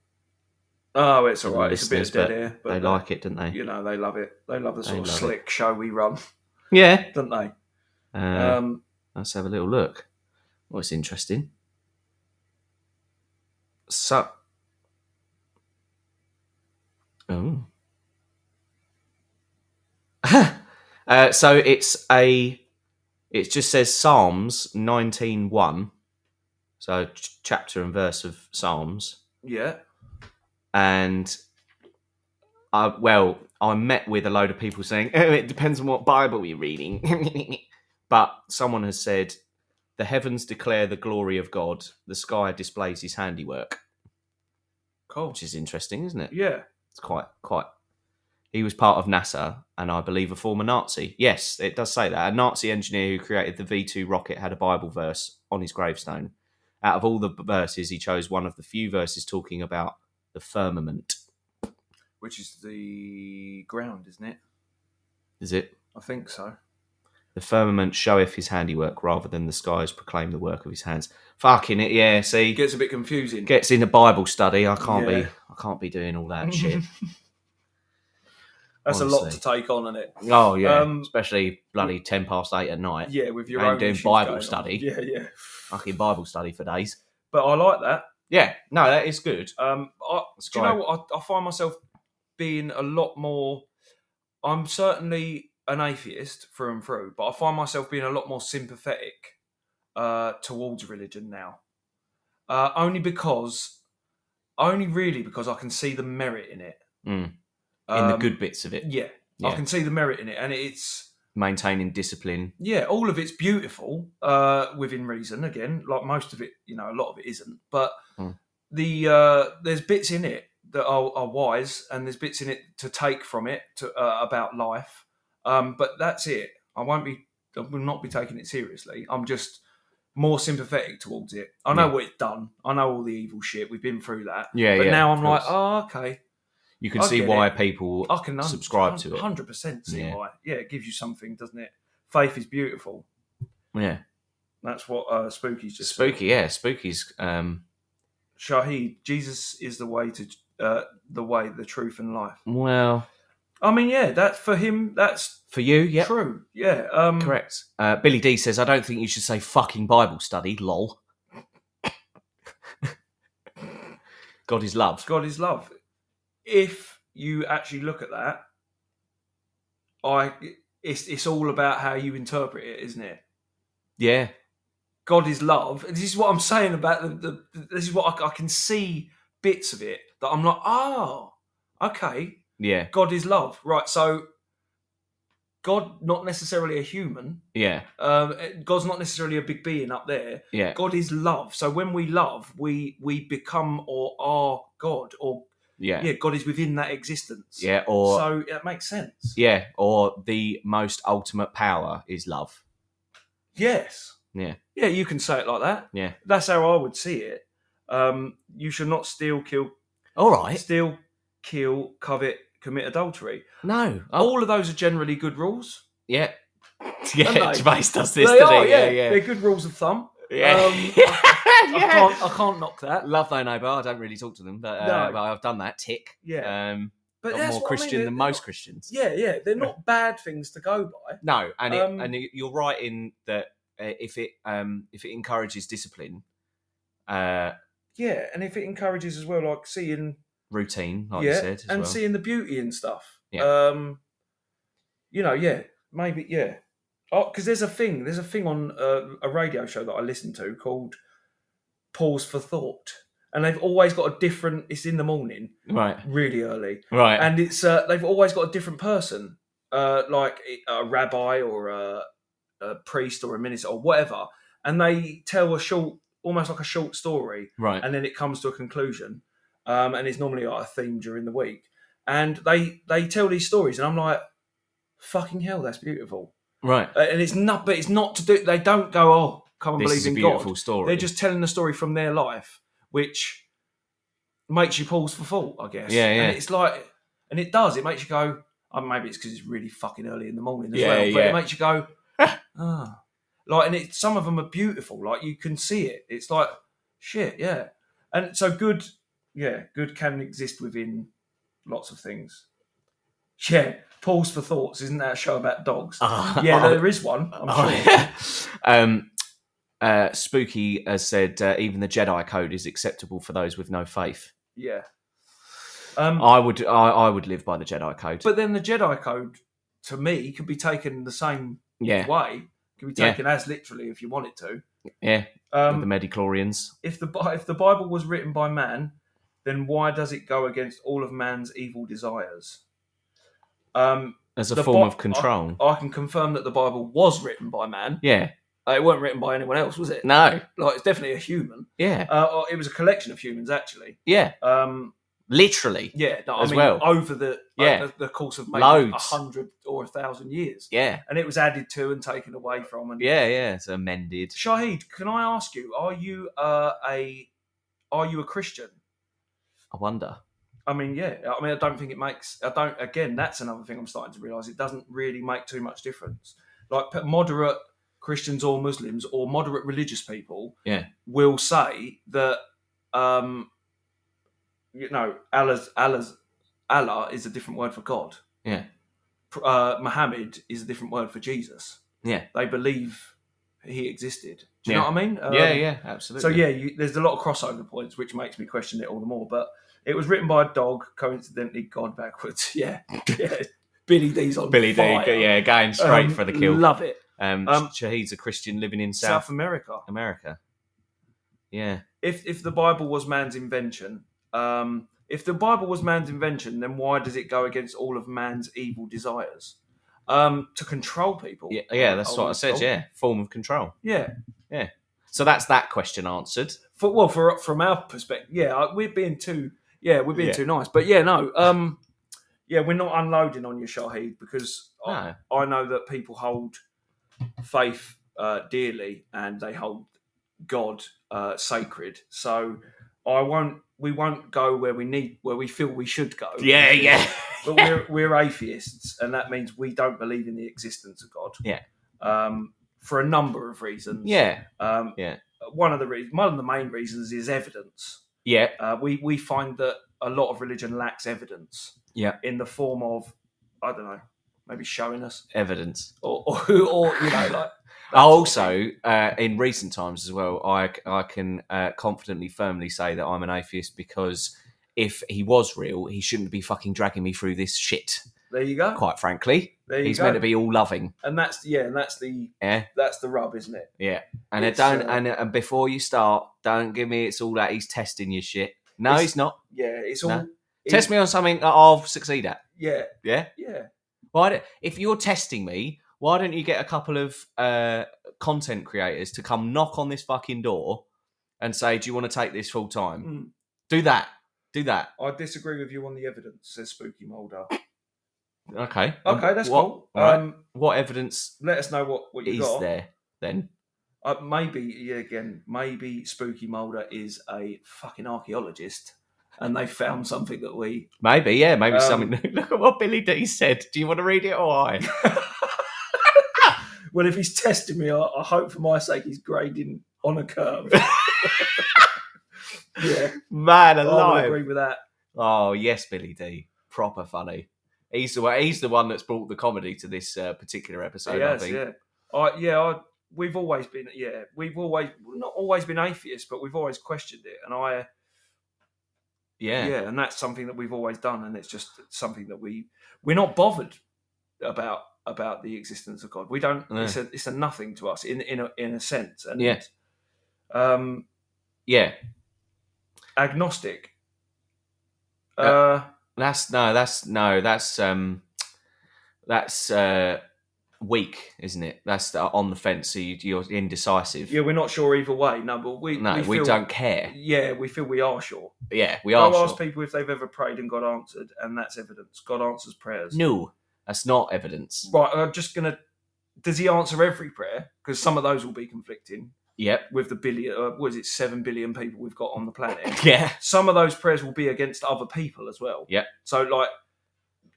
S1: Oh, it's all
S2: the
S1: right. It's a bit of
S2: listeners,
S1: dead air, but
S2: they like it, don't they?
S1: You know, they love it. They love the sort
S2: They
S1: of
S2: love it.
S1: slick show we run,
S2: Yeah.
S1: don't they?
S2: Uh,
S1: Um,
S2: let's have a little look. Well, it's interesting. So, oh, uh, so it's a. It just says Psalms nineteen one, so ch- chapter and verse of Psalms
S1: yeah.
S2: and I well, I met with a load of people saying "Oh, it depends on what Bible you're reading, but someone has said the heavens declare the glory of God, the sky displays His handiwork,
S1: Cool.
S2: which is interesting, isn't it?
S1: Yeah.
S2: It's quite quite. He was part of NASA, and I believe a former Nazi. Yes, it does say that a Nazi engineer who created the V two rocket had a Bible verse on his gravestone. Out of all the verses, he chose one of the few verses talking about the firmament.
S1: Which is the ground, isn't it?
S2: Is it?
S1: I think so.
S2: The firmament showeth his handiwork rather than the skies proclaim the work of his hands. Fucking it, yeah. See,
S1: It gets a bit confusing.
S2: gets in a Bible study. I can't be,
S1: Yeah.
S2: I can't be doing all that shit.
S1: That's a lot
S2: honestly.
S1: to take on, isn't it?
S2: Oh yeah,
S1: Um,
S2: especially bloody ten past eight at night.
S1: Yeah, with your
S2: And
S1: own
S2: doing
S1: issues
S2: Bible
S1: going on.
S2: study.
S1: Yeah, yeah.
S2: Fucking Bible study for days.
S1: But I like that.
S2: Yeah, no, that is good.
S1: Um, I,
S2: That's
S1: do you know what? I, I find myself being a lot more. I'm certainly an atheist through and through, but I find myself being a lot more sympathetic uh, towards religion now. Uh, only because, only really because I can see the merit in it.
S2: Mm. In the
S1: Um,
S2: good bits of it,
S1: Yeah, I
S2: Yeah.
S1: can see the merit in it, and it's
S2: maintaining discipline.
S1: yeah, all of it's beautiful uh, within reason. Again, like most of it, you know, a lot of it isn't. But
S2: Mm.
S1: the uh, there's bits in it that are, are wise, and there's bits in it to take from it to, uh, about life. Um, but that's it. I won't be. I will not be taking it seriously. I'm just more sympathetic towards it. I know
S2: Yeah.
S1: what it's done. I know all the evil shit. We've been through that.
S2: Yeah,
S1: but
S2: yeah,
S1: now
S2: of
S1: I'm like,
S2: course.
S1: oh, okay.
S2: You can
S1: I
S2: see
S1: get
S2: why
S1: it. Oh.
S2: people.
S1: I can un-
S2: subscribe to it.
S1: Hundred percent. See
S2: Yeah.
S1: why? Yeah, it gives you something, doesn't it? Faith is beautiful.
S2: Yeah,
S1: That's what uh, Spooky's just said.
S2: spooky. Yeah, spooky's. Um,
S1: Shahid, Jesus is the way to uh, the way, the truth, and life.
S2: well,
S1: I mean, yeah, that's for him. That's
S2: for you, yeah,
S1: true. Yeah, um,
S2: Correct. Uh, Billy D says, I don't think you should say fucking Bible study, lol. God is love.
S1: God is love. If you actually look at that, I it's it's all about how you interpret it, isn't it?
S2: Yeah.
S1: God is love. And this is what I'm saying about the. the this is what I, I can see bits of it that I'm like, oh, okay.
S2: Yeah.
S1: God is love, right? So, God not necessarily a human.
S2: Yeah.
S1: Um, God's not necessarily a big being up there.
S2: Yeah.
S1: God is love. So when we love, we we become or are God, or
S2: Yeah.
S1: yeah, God is within that existence.
S2: Yeah. Or,
S1: so that makes sense.
S2: yeah. Or the most ultimate power is love.
S1: Yes.
S2: Yeah.
S1: Yeah, you can say it like that.
S2: Yeah.
S1: That's how I would see it. Um, you should not steal, kill,
S2: All right.
S1: steal, kill, covet, commit adultery.
S2: No. Oh,
S1: All of those are generally good rules.
S2: yeah.
S1: Don't
S2: Yeah.
S1: they?
S2: Gervais does this,
S1: they
S2: doesn't
S1: are,
S2: he?
S1: yeah,
S2: Yeah.
S1: They're
S2: Yeah.
S1: good rules of thumb.
S2: Yeah.
S1: um,
S2: Yeah.
S1: I can't, I can't knock that.
S2: Love thy neighbour. I don't really talk to them, but, uh,
S1: No.
S2: but I've done that. Tick.
S1: Yeah,
S2: Um,
S1: but
S2: I'm
S1: that's
S2: more
S1: what I mean,
S2: Christian
S1: they're-
S2: than
S1: they're
S2: most
S1: not-
S2: Christians.
S1: Yeah, yeah, they're not bad things to go by.
S2: No, and it,
S1: Um,
S2: and you- you're right in that uh, if it um, if it encourages discipline, uh,
S1: Yeah, and if it encourages as well, like seeing
S2: routine, like you
S1: yeah,
S2: said, as
S1: and
S2: well.
S1: seeing the beauty and stuff.
S2: Yeah.
S1: Um, you know, yeah, maybe, yeah. Oh, because there's a thing, there's a thing on uh, a radio show that I listen to called Pause for Thought, and they've always got a different. It's in the morning,
S2: right,
S1: really early,
S2: right,
S1: and it's uh, they've always got a different person, uh, like a rabbi or a, a priest or a minister or whatever, and they tell a short, almost like a short story
S2: right,
S1: and then it comes to a conclusion. Um, and it's normally like a theme during the week. And they they tell these stories, and I'm like, fucking hell, that's beautiful.
S2: right.
S1: Uh, And it's not, but it's not to do. They don't go, oh, come and
S2: This
S1: believe
S2: is a
S1: in
S2: beautiful
S1: God.
S2: story.
S1: They're just telling the story from their life, which makes you pause for thought, I guess.
S2: Yeah, yeah.
S1: And it's like, and it does. It makes you go. Oh, maybe it's because it's really fucking early in the morning as
S2: Yeah,
S1: well, but
S2: yeah.
S1: it makes you go, ah, like, and it. Some of them are beautiful. Like you can see it. It's like shit, yeah. and so good, yeah, good can exist within lots of things. Yeah, pause for thoughts. Isn't that a show about dogs?
S2: Ah.
S1: yeah, there is one. I'm
S2: Oh,
S1: sure.
S2: yeah. um, uh, Spooky has said uh, even the Jedi Code is acceptable for those with no faith.
S1: Yeah. Um,
S2: I would, I, I would live by the Jedi Code.
S1: but then the Jedi Code, to me, could be taken the same
S2: yeah,
S1: way. Could be
S2: Yeah.
S1: taken as literally if you want it to.
S2: yeah,
S1: Um,
S2: with the Medichlorians.
S1: if the Bi- if the Bible was written by man, then why does it go against all of man's evil desires? Um,
S2: as a
S1: the Bi-
S2: form of control.
S1: I, I can confirm that the Bible was written by man.
S2: yeah.
S1: Uh, It weren't written by anyone else, was it?
S2: No.
S1: Like it's definitely a human.
S2: Yeah.
S1: Uh, or it was a collection of humans, actually.
S2: Yeah.
S1: Um,
S2: Literally.
S1: yeah, no, I
S2: As
S1: mean,
S2: well.
S1: over the
S2: Yeah.
S1: over the course of maybe a
S2: Loads.
S1: hundred or a thousand years,
S2: Yeah.
S1: and it was added to and taken away from. And
S2: Yeah. Yeah. It's amended.
S1: Shahid, can I ask you, are you uh, a are you a Christian?
S2: I wonder.
S1: I mean, yeah. I mean, I don't think it makes. I don't. Again, that's another thing I'm starting to realise. It doesn't really make too much difference. Like p- moderate Christians or Muslims or moderate religious people,
S2: Yeah.
S1: will say that, um, you know, Allah's Allah's Allah is a different word for God.
S2: Yeah.
S1: Pr- Uh, Muhammad is a different word for Jesus.
S2: Yeah.
S1: They believe he existed. Do you
S2: Yeah.
S1: know what I mean? Um,
S2: yeah. Yeah. Absolutely.
S1: so yeah, you, there's a lot of crossover points, which makes me question it all the more. But it was written by a dog, coincidentally, God backwards. Yeah, yeah. Billy D's on
S2: Billy D.
S1: fire.
S2: go- Yeah, going straight
S1: Um,
S2: for the kill.
S1: Love it,
S2: Um,
S1: Um,
S2: Shahid's a Christian living in
S1: South
S2: South,
S1: America.
S2: America. Yeah.
S1: If if the Bible was man's invention, um, if the Bible was man's invention, then why does it go against all of man's evil desires um, to control people?
S2: Yeah. Yeah. That's what I
S1: would-
S2: said. Yeah. Form of control.
S1: yeah.
S2: So that's that question answered.
S1: For, well, for from our perspective, yeah, I- we're being too, yeah, we're being
S2: Yeah.
S1: too nice, but yeah, no, um, yeah, we're not unloading on you, Shahid, because I, I know that people hold faith uh, dearly and they hold God uh, sacred. So I won't, we won't go where we need, where we feel we should go.
S2: Yeah. Yeah.
S1: But we're we're atheists, and that means we don't believe in the existence of God.
S2: Yeah.
S1: Um, for a number of reasons.
S2: Yeah.
S1: Um,
S2: Yeah.
S1: One of the reasons, one of the main reasons, is evidence.
S2: Yeah.
S1: Uh, we we find that a lot of religion lacks evidence.
S2: Yeah.
S1: In the form of, I don't know, maybe showing us,
S2: Evidence.
S1: or or, or you know, like.
S2: Also, uh, in recent times as well, I, I can uh, confidently, firmly say that I'm an atheist because if he was real, he shouldn't be fucking dragging me through this shit.
S1: There you go.
S2: Quite frankly,
S1: There you
S2: he's
S1: go.
S2: meant to be all loving.
S1: and that's yeah, and that's the
S2: Yeah.
S1: that's the rub, isn't it?
S2: And it
S1: It's,
S2: don't.
S1: uh,
S2: and, and before you start, don't give me it's all that he's testing your shit. No,
S1: It's-
S2: he's not.
S1: Yeah, it's all.
S2: No.
S1: it-
S2: Test me on something that I'll succeed at.
S1: Yeah,
S2: Yeah.
S1: yeah.
S2: Why? Don't, if you're testing me, why don't you get a couple of uh, content creators to come knock on this fucking door and say, "Do you want to take this full time?"
S1: Mm.
S2: Do that. Do that.
S1: I disagree with you on the evidence, says Spooky Mulder.
S2: Okay.
S1: Okay, that's
S2: Um, what,
S1: cool.
S2: all right.
S1: Um,
S2: What evidence
S1: let us know what, what you
S2: is
S1: got.
S2: there then?
S1: Uh, maybe, yeah, again, maybe Spooky Mulder is a fucking archaeologist and they found something that we.
S2: Maybe, yeah, maybe
S1: Um,
S2: something. Look at what Billy D said. Do you want to read it or I?
S1: Well, if he's testing me, I, I hope for my sake he's grading on a curve. yeah,
S2: Man
S1: I would
S2: alive.
S1: agree with that.
S2: Oh yes, Billy D. Proper funny. He's the one, he's the one that's brought the comedy to this uh, particular episode. I
S1: yes,
S2: think.
S1: yeah. I, yeah, I, we've always been, yeah, we've always, not always been atheists, but we've always questioned it. And I.
S2: Yeah.
S1: yeah and that's something that we've always done and it's just something that we we're not bothered about about the existence of god we don't
S2: No.
S1: it's a it's a nothing to us in in a, in a sense and
S2: Yeah.
S1: um
S2: Yeah.
S1: agnostic uh,
S2: Uh, That's no. That's no. That's um. That's uh, weak, isn't it? That's uh, on the fence. So you, you're indecisive.
S1: yeah we're not sure either way no but we
S2: no, we,
S1: feel-
S2: don't care.
S1: yeah we feel we are sure
S2: Yeah, we
S1: i
S2: are.
S1: ask
S2: sure.
S1: people if they've ever prayed and god answered and that's evidence god answers prayers
S2: No, that's not evidence.
S1: right i'm just gonna does he answer every prayer because some of those will be conflicting
S2: Yep.
S1: with the billion, uh, what is it, seven billion people we've got on the planet.
S2: Yeah.
S1: Some of those prayers will be against other people as well.
S2: Yeah.
S1: So like,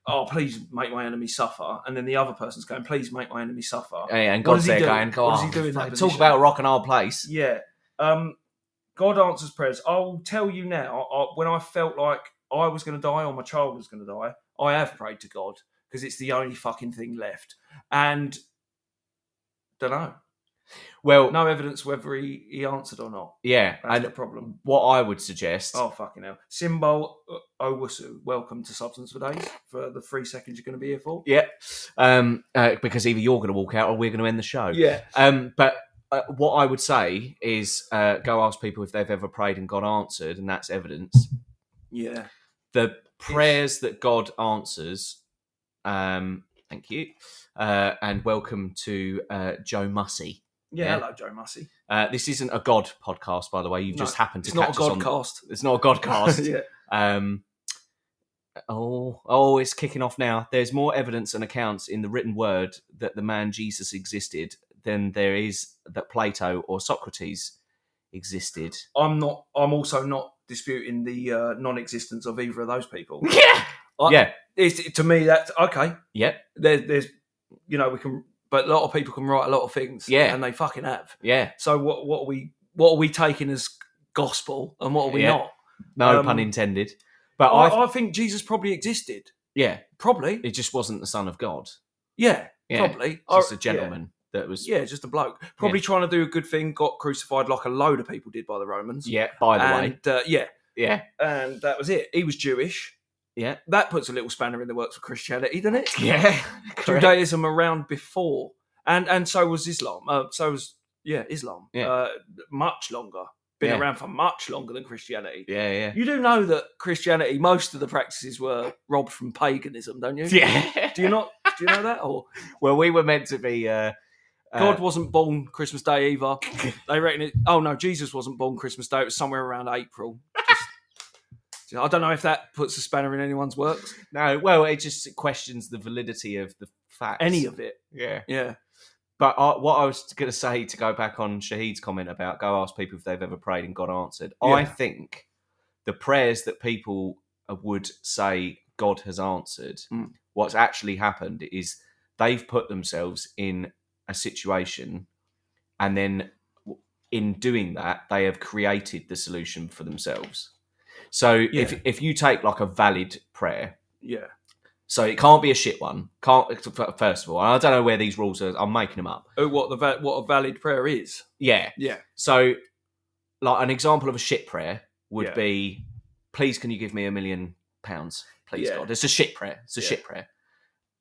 S1: oh please make my enemy suffer, and then the other person's going, please make my enemy suffer.
S2: Yeah, and
S1: What does
S2: God's
S1: he
S2: there
S1: do?
S2: going, "Oh, go
S1: What does
S2: on.
S1: he do in that
S2: talk
S1: position?"
S2: about rock and hard place.
S1: Yeah. Um. God answers prayers. I'll tell you now, I, when I felt like I was going to die or my child was going to die, I have prayed to God because it's the only fucking thing left. And don't know.
S2: Well,
S1: No evidence whether he, he answered or not.
S2: yeah,
S1: That's the
S2: and
S1: problem.
S2: what I would suggest,
S1: Oh, fucking hell. Symbol Owusu, welcome to Substance for Days for the three seconds you're going to be here for.
S2: yeah, um, uh, because either you're going to walk out or we're going to end the show.
S1: Yeah.
S2: Um, but uh, what I would say is uh, go ask people if they've ever prayed and God answered, and that's evidence.
S1: Yeah.
S2: The prayers that God answers. Um, thank you, uh, and welcome to uh, Joe Mussey.
S1: Yeah.
S2: Yeah.
S1: Hello, Joe Mussey.
S2: Uh, this isn't a God podcast, by the way. You've
S1: No,
S2: just happened to
S1: It's not a
S2: catch us on-
S1: Godcast.
S2: It's not a Godcast.
S1: yeah.
S2: Um, oh, oh, it's kicking off now. There's more evidence and accounts in the written word that the man Jesus existed than there is that Plato or Socrates existed.
S1: I'm not. I'm also not disputing the uh, non-existence of either of those people.
S2: Yeah.
S1: I-
S2: yeah.
S1: It's, to me, that's okay.
S2: Yep.
S1: There, there's, you know, we can, but a lot of people can write a lot of things.
S2: Yeah.
S1: and they fucking have.
S2: Yeah.
S1: So what? What are we? What are we taking as gospel, and what are we
S2: Yeah.
S1: not?
S2: No
S1: Um,
S2: pun intended. But I,
S1: I, I think Jesus probably existed.
S2: yeah,
S1: Probably.
S2: it just wasn't the son of God.
S1: Yeah.
S2: Yeah.
S1: Probably.
S2: Just
S1: I-
S2: a gentleman that was.
S1: Yeah. yeah, just a bloke. Probably trying to do a good thing. Got crucified like a load of people did by the Romans.
S2: Yeah, by the way.
S1: and uh, yeah,
S2: Yeah.
S1: and that was it. He was Jewish.
S2: Yeah.
S1: That puts a little spanner in the works for Christianity, doesn't it?
S2: Yeah. correct.
S1: Judaism around before, and and so was Islam. Uh, so was yeah, Islam.
S2: Yeah.
S1: Uh, much longer. Been
S2: Yeah.
S1: around for much longer than Christianity.
S2: Yeah, yeah.
S1: You do know that Christianity, most of the practices were robbed from paganism, don't you?
S2: Yeah.
S1: Do you not? Do you know that? Or
S2: Well, we were meant to be. Uh, uh,
S1: God wasn't born Christmas Day either. they reckon it. Oh no, Jesus wasn't born Christmas Day. It was somewhere around April. Just- I don't know if that puts a spanner in anyone's works.
S2: No, well, it just questions the validity of the facts.
S1: Any of it.
S2: yeah.
S1: Yeah.
S2: But I, what I was going to say to go back on Shahid's comment about go ask people if they've ever prayed and God answered. I
S1: Yeah.
S2: think the prayers that people uh, would say God has answered,
S1: Mm.
S2: what's actually happened is they've put themselves in a situation, and then w- in doing that, they have created the solution for themselves. So if
S1: Yeah.
S2: if you take like a valid prayer,
S1: Yeah.
S2: so it can't be a shit one. Can't f- first of all, I don't know where these rules are. I'm making them up.
S1: Oh, what the va- what a valid prayer is.
S2: Yeah.
S1: Yeah.
S2: So, like an example of a shit prayer would
S1: Yeah.
S2: be, "Please, can you give me a million pounds, please,
S1: Yeah.
S2: God?" It's a shit prayer. It's a
S1: Yeah.
S2: shit prayer.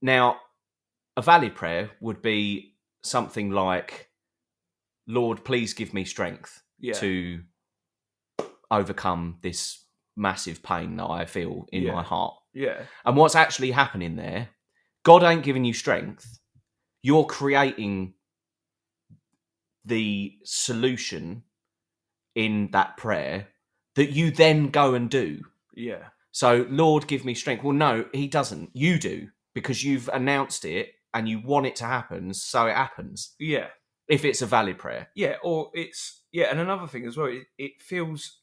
S2: Now, a valid prayer would be something like, "Lord, please give me strength
S1: Yeah.
S2: to overcome this massive pain that I feel in
S1: Yeah.
S2: my heart."
S1: Yeah.
S2: And what's actually happening there, God ain't giving you strength. You're creating the solution in that prayer that you then go and do.
S1: Yeah.
S2: So, Lord, give me strength. Well, no, He doesn't. You do because you've announced it and you want it to happen. So it happens
S1: Yeah.
S2: if it's a valid prayer.
S1: Yeah. Or it's yeah, and another thing as well, it, it feels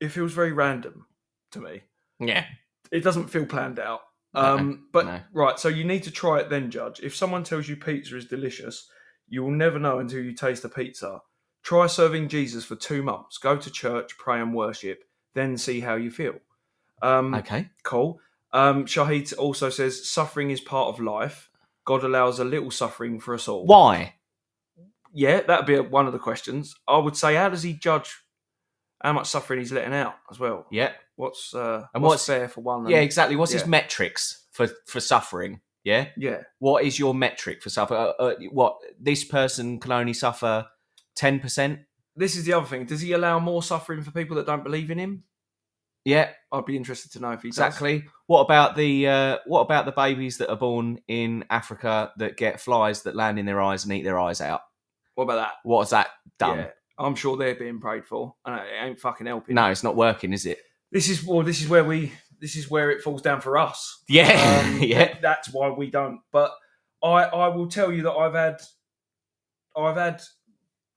S1: it feels very random to me.
S2: Yeah.
S1: It doesn't feel planned out.
S2: No,
S1: um but
S2: no.
S1: right, so you need to try it then, Judge. If someone tells you pizza is delicious, you will never know until you taste a pizza. Try serving Jesus for two months. Go to church, pray and worship, then see how you feel. Um
S2: Okay.
S1: Cool. Um, Shahid also says suffering is part of life. God allows a little suffering for us all.
S2: Why?
S1: Yeah, that'd be one of the questions. I would say, how does he judge how much suffering he's letting out as well?
S2: Yeah.
S1: What's uh,
S2: And
S1: what's,
S2: what's-
S1: fair for one? and-
S2: Yeah, exactly. What's His
S1: Yeah.
S2: metrics for, for suffering? Yeah.
S1: yeah,
S2: what is your metric for suffer? Uh, uh, what this person can only suffer ten percent?
S1: This is the other thing. Does he allow more suffering for people that don't believe in him?
S2: Yeah,
S1: I'd be interested to know if he does.
S2: exactly. What about the uh, what about the babies that are born in Africa that get flies that land in their eyes and eat their eyes out?
S1: What about that?
S2: What has that done?
S1: Yeah, I'm sure they're being prayed for, and it ain't fucking helping.
S2: No, it's not working, is it?
S1: This is well. This is where we. This is where it falls down for us.
S2: Yeah,
S1: Um,
S2: yeah,
S1: That's why we don't. But I, I will tell you that I've had, I've had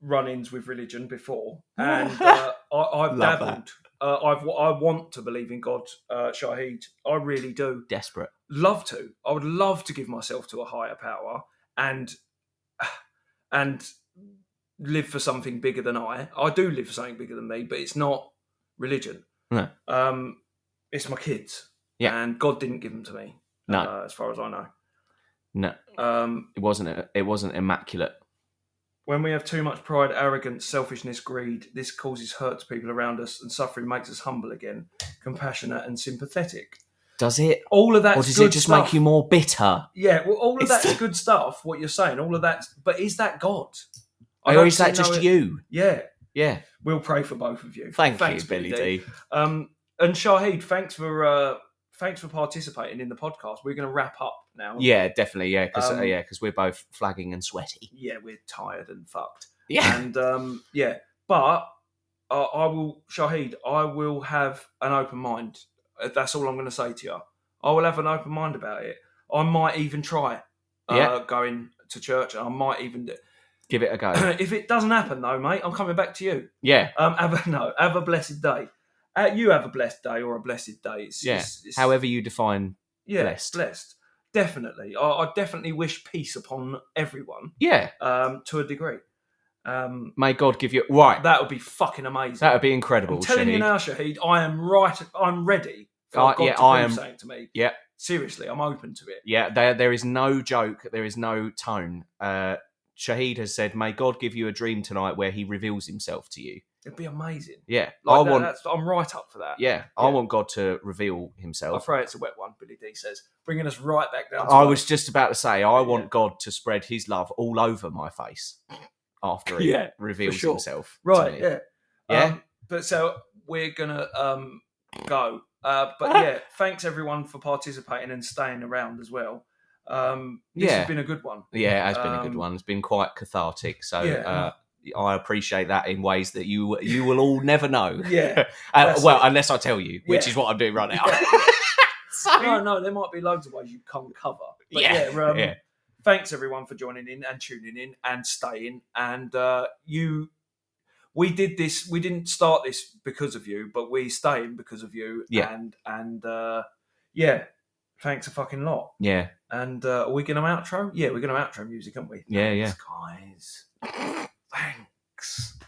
S1: run-ins with religion before, and uh, I, I've
S2: Love
S1: dabbled. Uh, I've, I want to believe in God, uh, Shahid. I really do.
S2: desperate.
S1: Love to. I would love to give myself to a higher power and, and live for something bigger than I. I do live for something bigger than me, but it's not religion.
S2: No.
S1: Um, it's my kids.
S2: Yeah.
S1: And God didn't give them to me.
S2: No.
S1: Uh, as far as I know.
S2: No,
S1: Um,
S2: it wasn't. a- It wasn't immaculate.
S1: when we have too much pride, arrogance, selfishness, greed, this causes hurt to people around us, and suffering makes us humble again, compassionate, and sympathetic.
S2: Does it?
S1: All of that.
S2: or does it just make you more bitter?
S1: Yeah, well, all of
S2: It's-
S1: that's good stuff. What you're saying, all of that's. But is that God? I
S2: Or
S1: don't
S2: is that
S1: know
S2: just
S1: it-
S2: you?
S1: Yeah,
S2: Yeah.
S1: we'll pray for both of you.
S2: Thank
S1: Thanks,
S2: you, Billy D.
S1: Um, and Shahid, thanks for uh, thanks for participating in the podcast. We're going to wrap up now.
S2: Yeah, definitely. Yeah, because
S1: Um,
S2: yeah, because we're both flagging and sweaty.
S1: yeah, we're tired and fucked.
S2: Yeah.
S1: and um, yeah, but uh, I will, Shahid, I will have an open mind. Uh, That's all I'm going to say to you. I will have an open mind about it. I might even try uh,
S2: Yeah. going
S1: going to church. I might even. Do...
S2: Give it a go.
S1: if it doesn't happen though, mate, I'm coming back to you.
S2: yeah.
S1: Um, have a no, have a blessed day. Uh, you have a blessed day or a blessed day. It's,
S2: Yeah.
S1: it's- it's-
S2: However you define.
S1: yeah,
S2: blessed.
S1: blessed. Definitely, I, I definitely wish peace upon everyone
S2: Yeah.
S1: um, to a degree. Um,
S2: May God give you right.
S1: that would be fucking amazing.
S2: That would be incredible.
S1: I'm telling you
S2: Shahid.
S1: now, Shahid, I am right. I'm ready. For
S2: Uh,
S1: God
S2: yeah,
S1: to
S2: I
S1: prove
S2: am-
S1: Saying to me,
S2: yeah.
S1: seriously, I'm open to it.
S2: Yeah, there there is no joke. There is no tone. Uh, Shahid has said, "May God give you a dream tonight where He reveals Himself to you."
S1: It'd be amazing.
S2: Yeah,
S1: Like
S2: I
S1: that-
S2: want.
S1: That's, I'm right up for that.
S2: yeah, I
S1: yeah.
S2: want God to reveal
S1: I
S2: Himself.
S1: pray it's a wet one. Billy D says, bringing us right back down. to
S2: I
S1: earth.
S2: was just about to say, I want God to spread His love all over my face after He
S1: Yeah,
S2: reveals
S1: sure.
S2: Himself. to
S1: right.
S2: me.
S1: Yeah.
S2: Yeah?
S1: Um, but so we're gonna um, go. Uh, but
S2: Ah.
S1: yeah, thanks everyone for participating and staying around as well. Um, this
S2: Yeah.
S1: has been a good one.
S2: Yeah, it has been a good
S1: Um,
S2: one. It's been quite cathartic. So
S1: yeah.
S2: uh, I appreciate that in ways that you you will all never know.
S1: Yeah.
S2: Uh,
S1: that's
S2: well,
S1: it.
S2: unless I tell you, which
S1: Yeah.
S2: is what I'm doing right now. so,
S1: no, no, there might be loads of ways you can't cover. But
S2: Yeah,
S1: yeah, um,
S2: yeah.
S1: thanks everyone for joining in and tuning in and staying. And uh, you, we did this. We didn't start this because of you, but we staying because of you.
S2: Yeah.
S1: And and uh, yeah, thanks a fucking lot.
S2: yeah,
S1: And uh, are we gonna outro? Yeah, we're gonna outro music, aren't we?
S2: yeah, yeah.
S1: Thanks, guys. Thanks.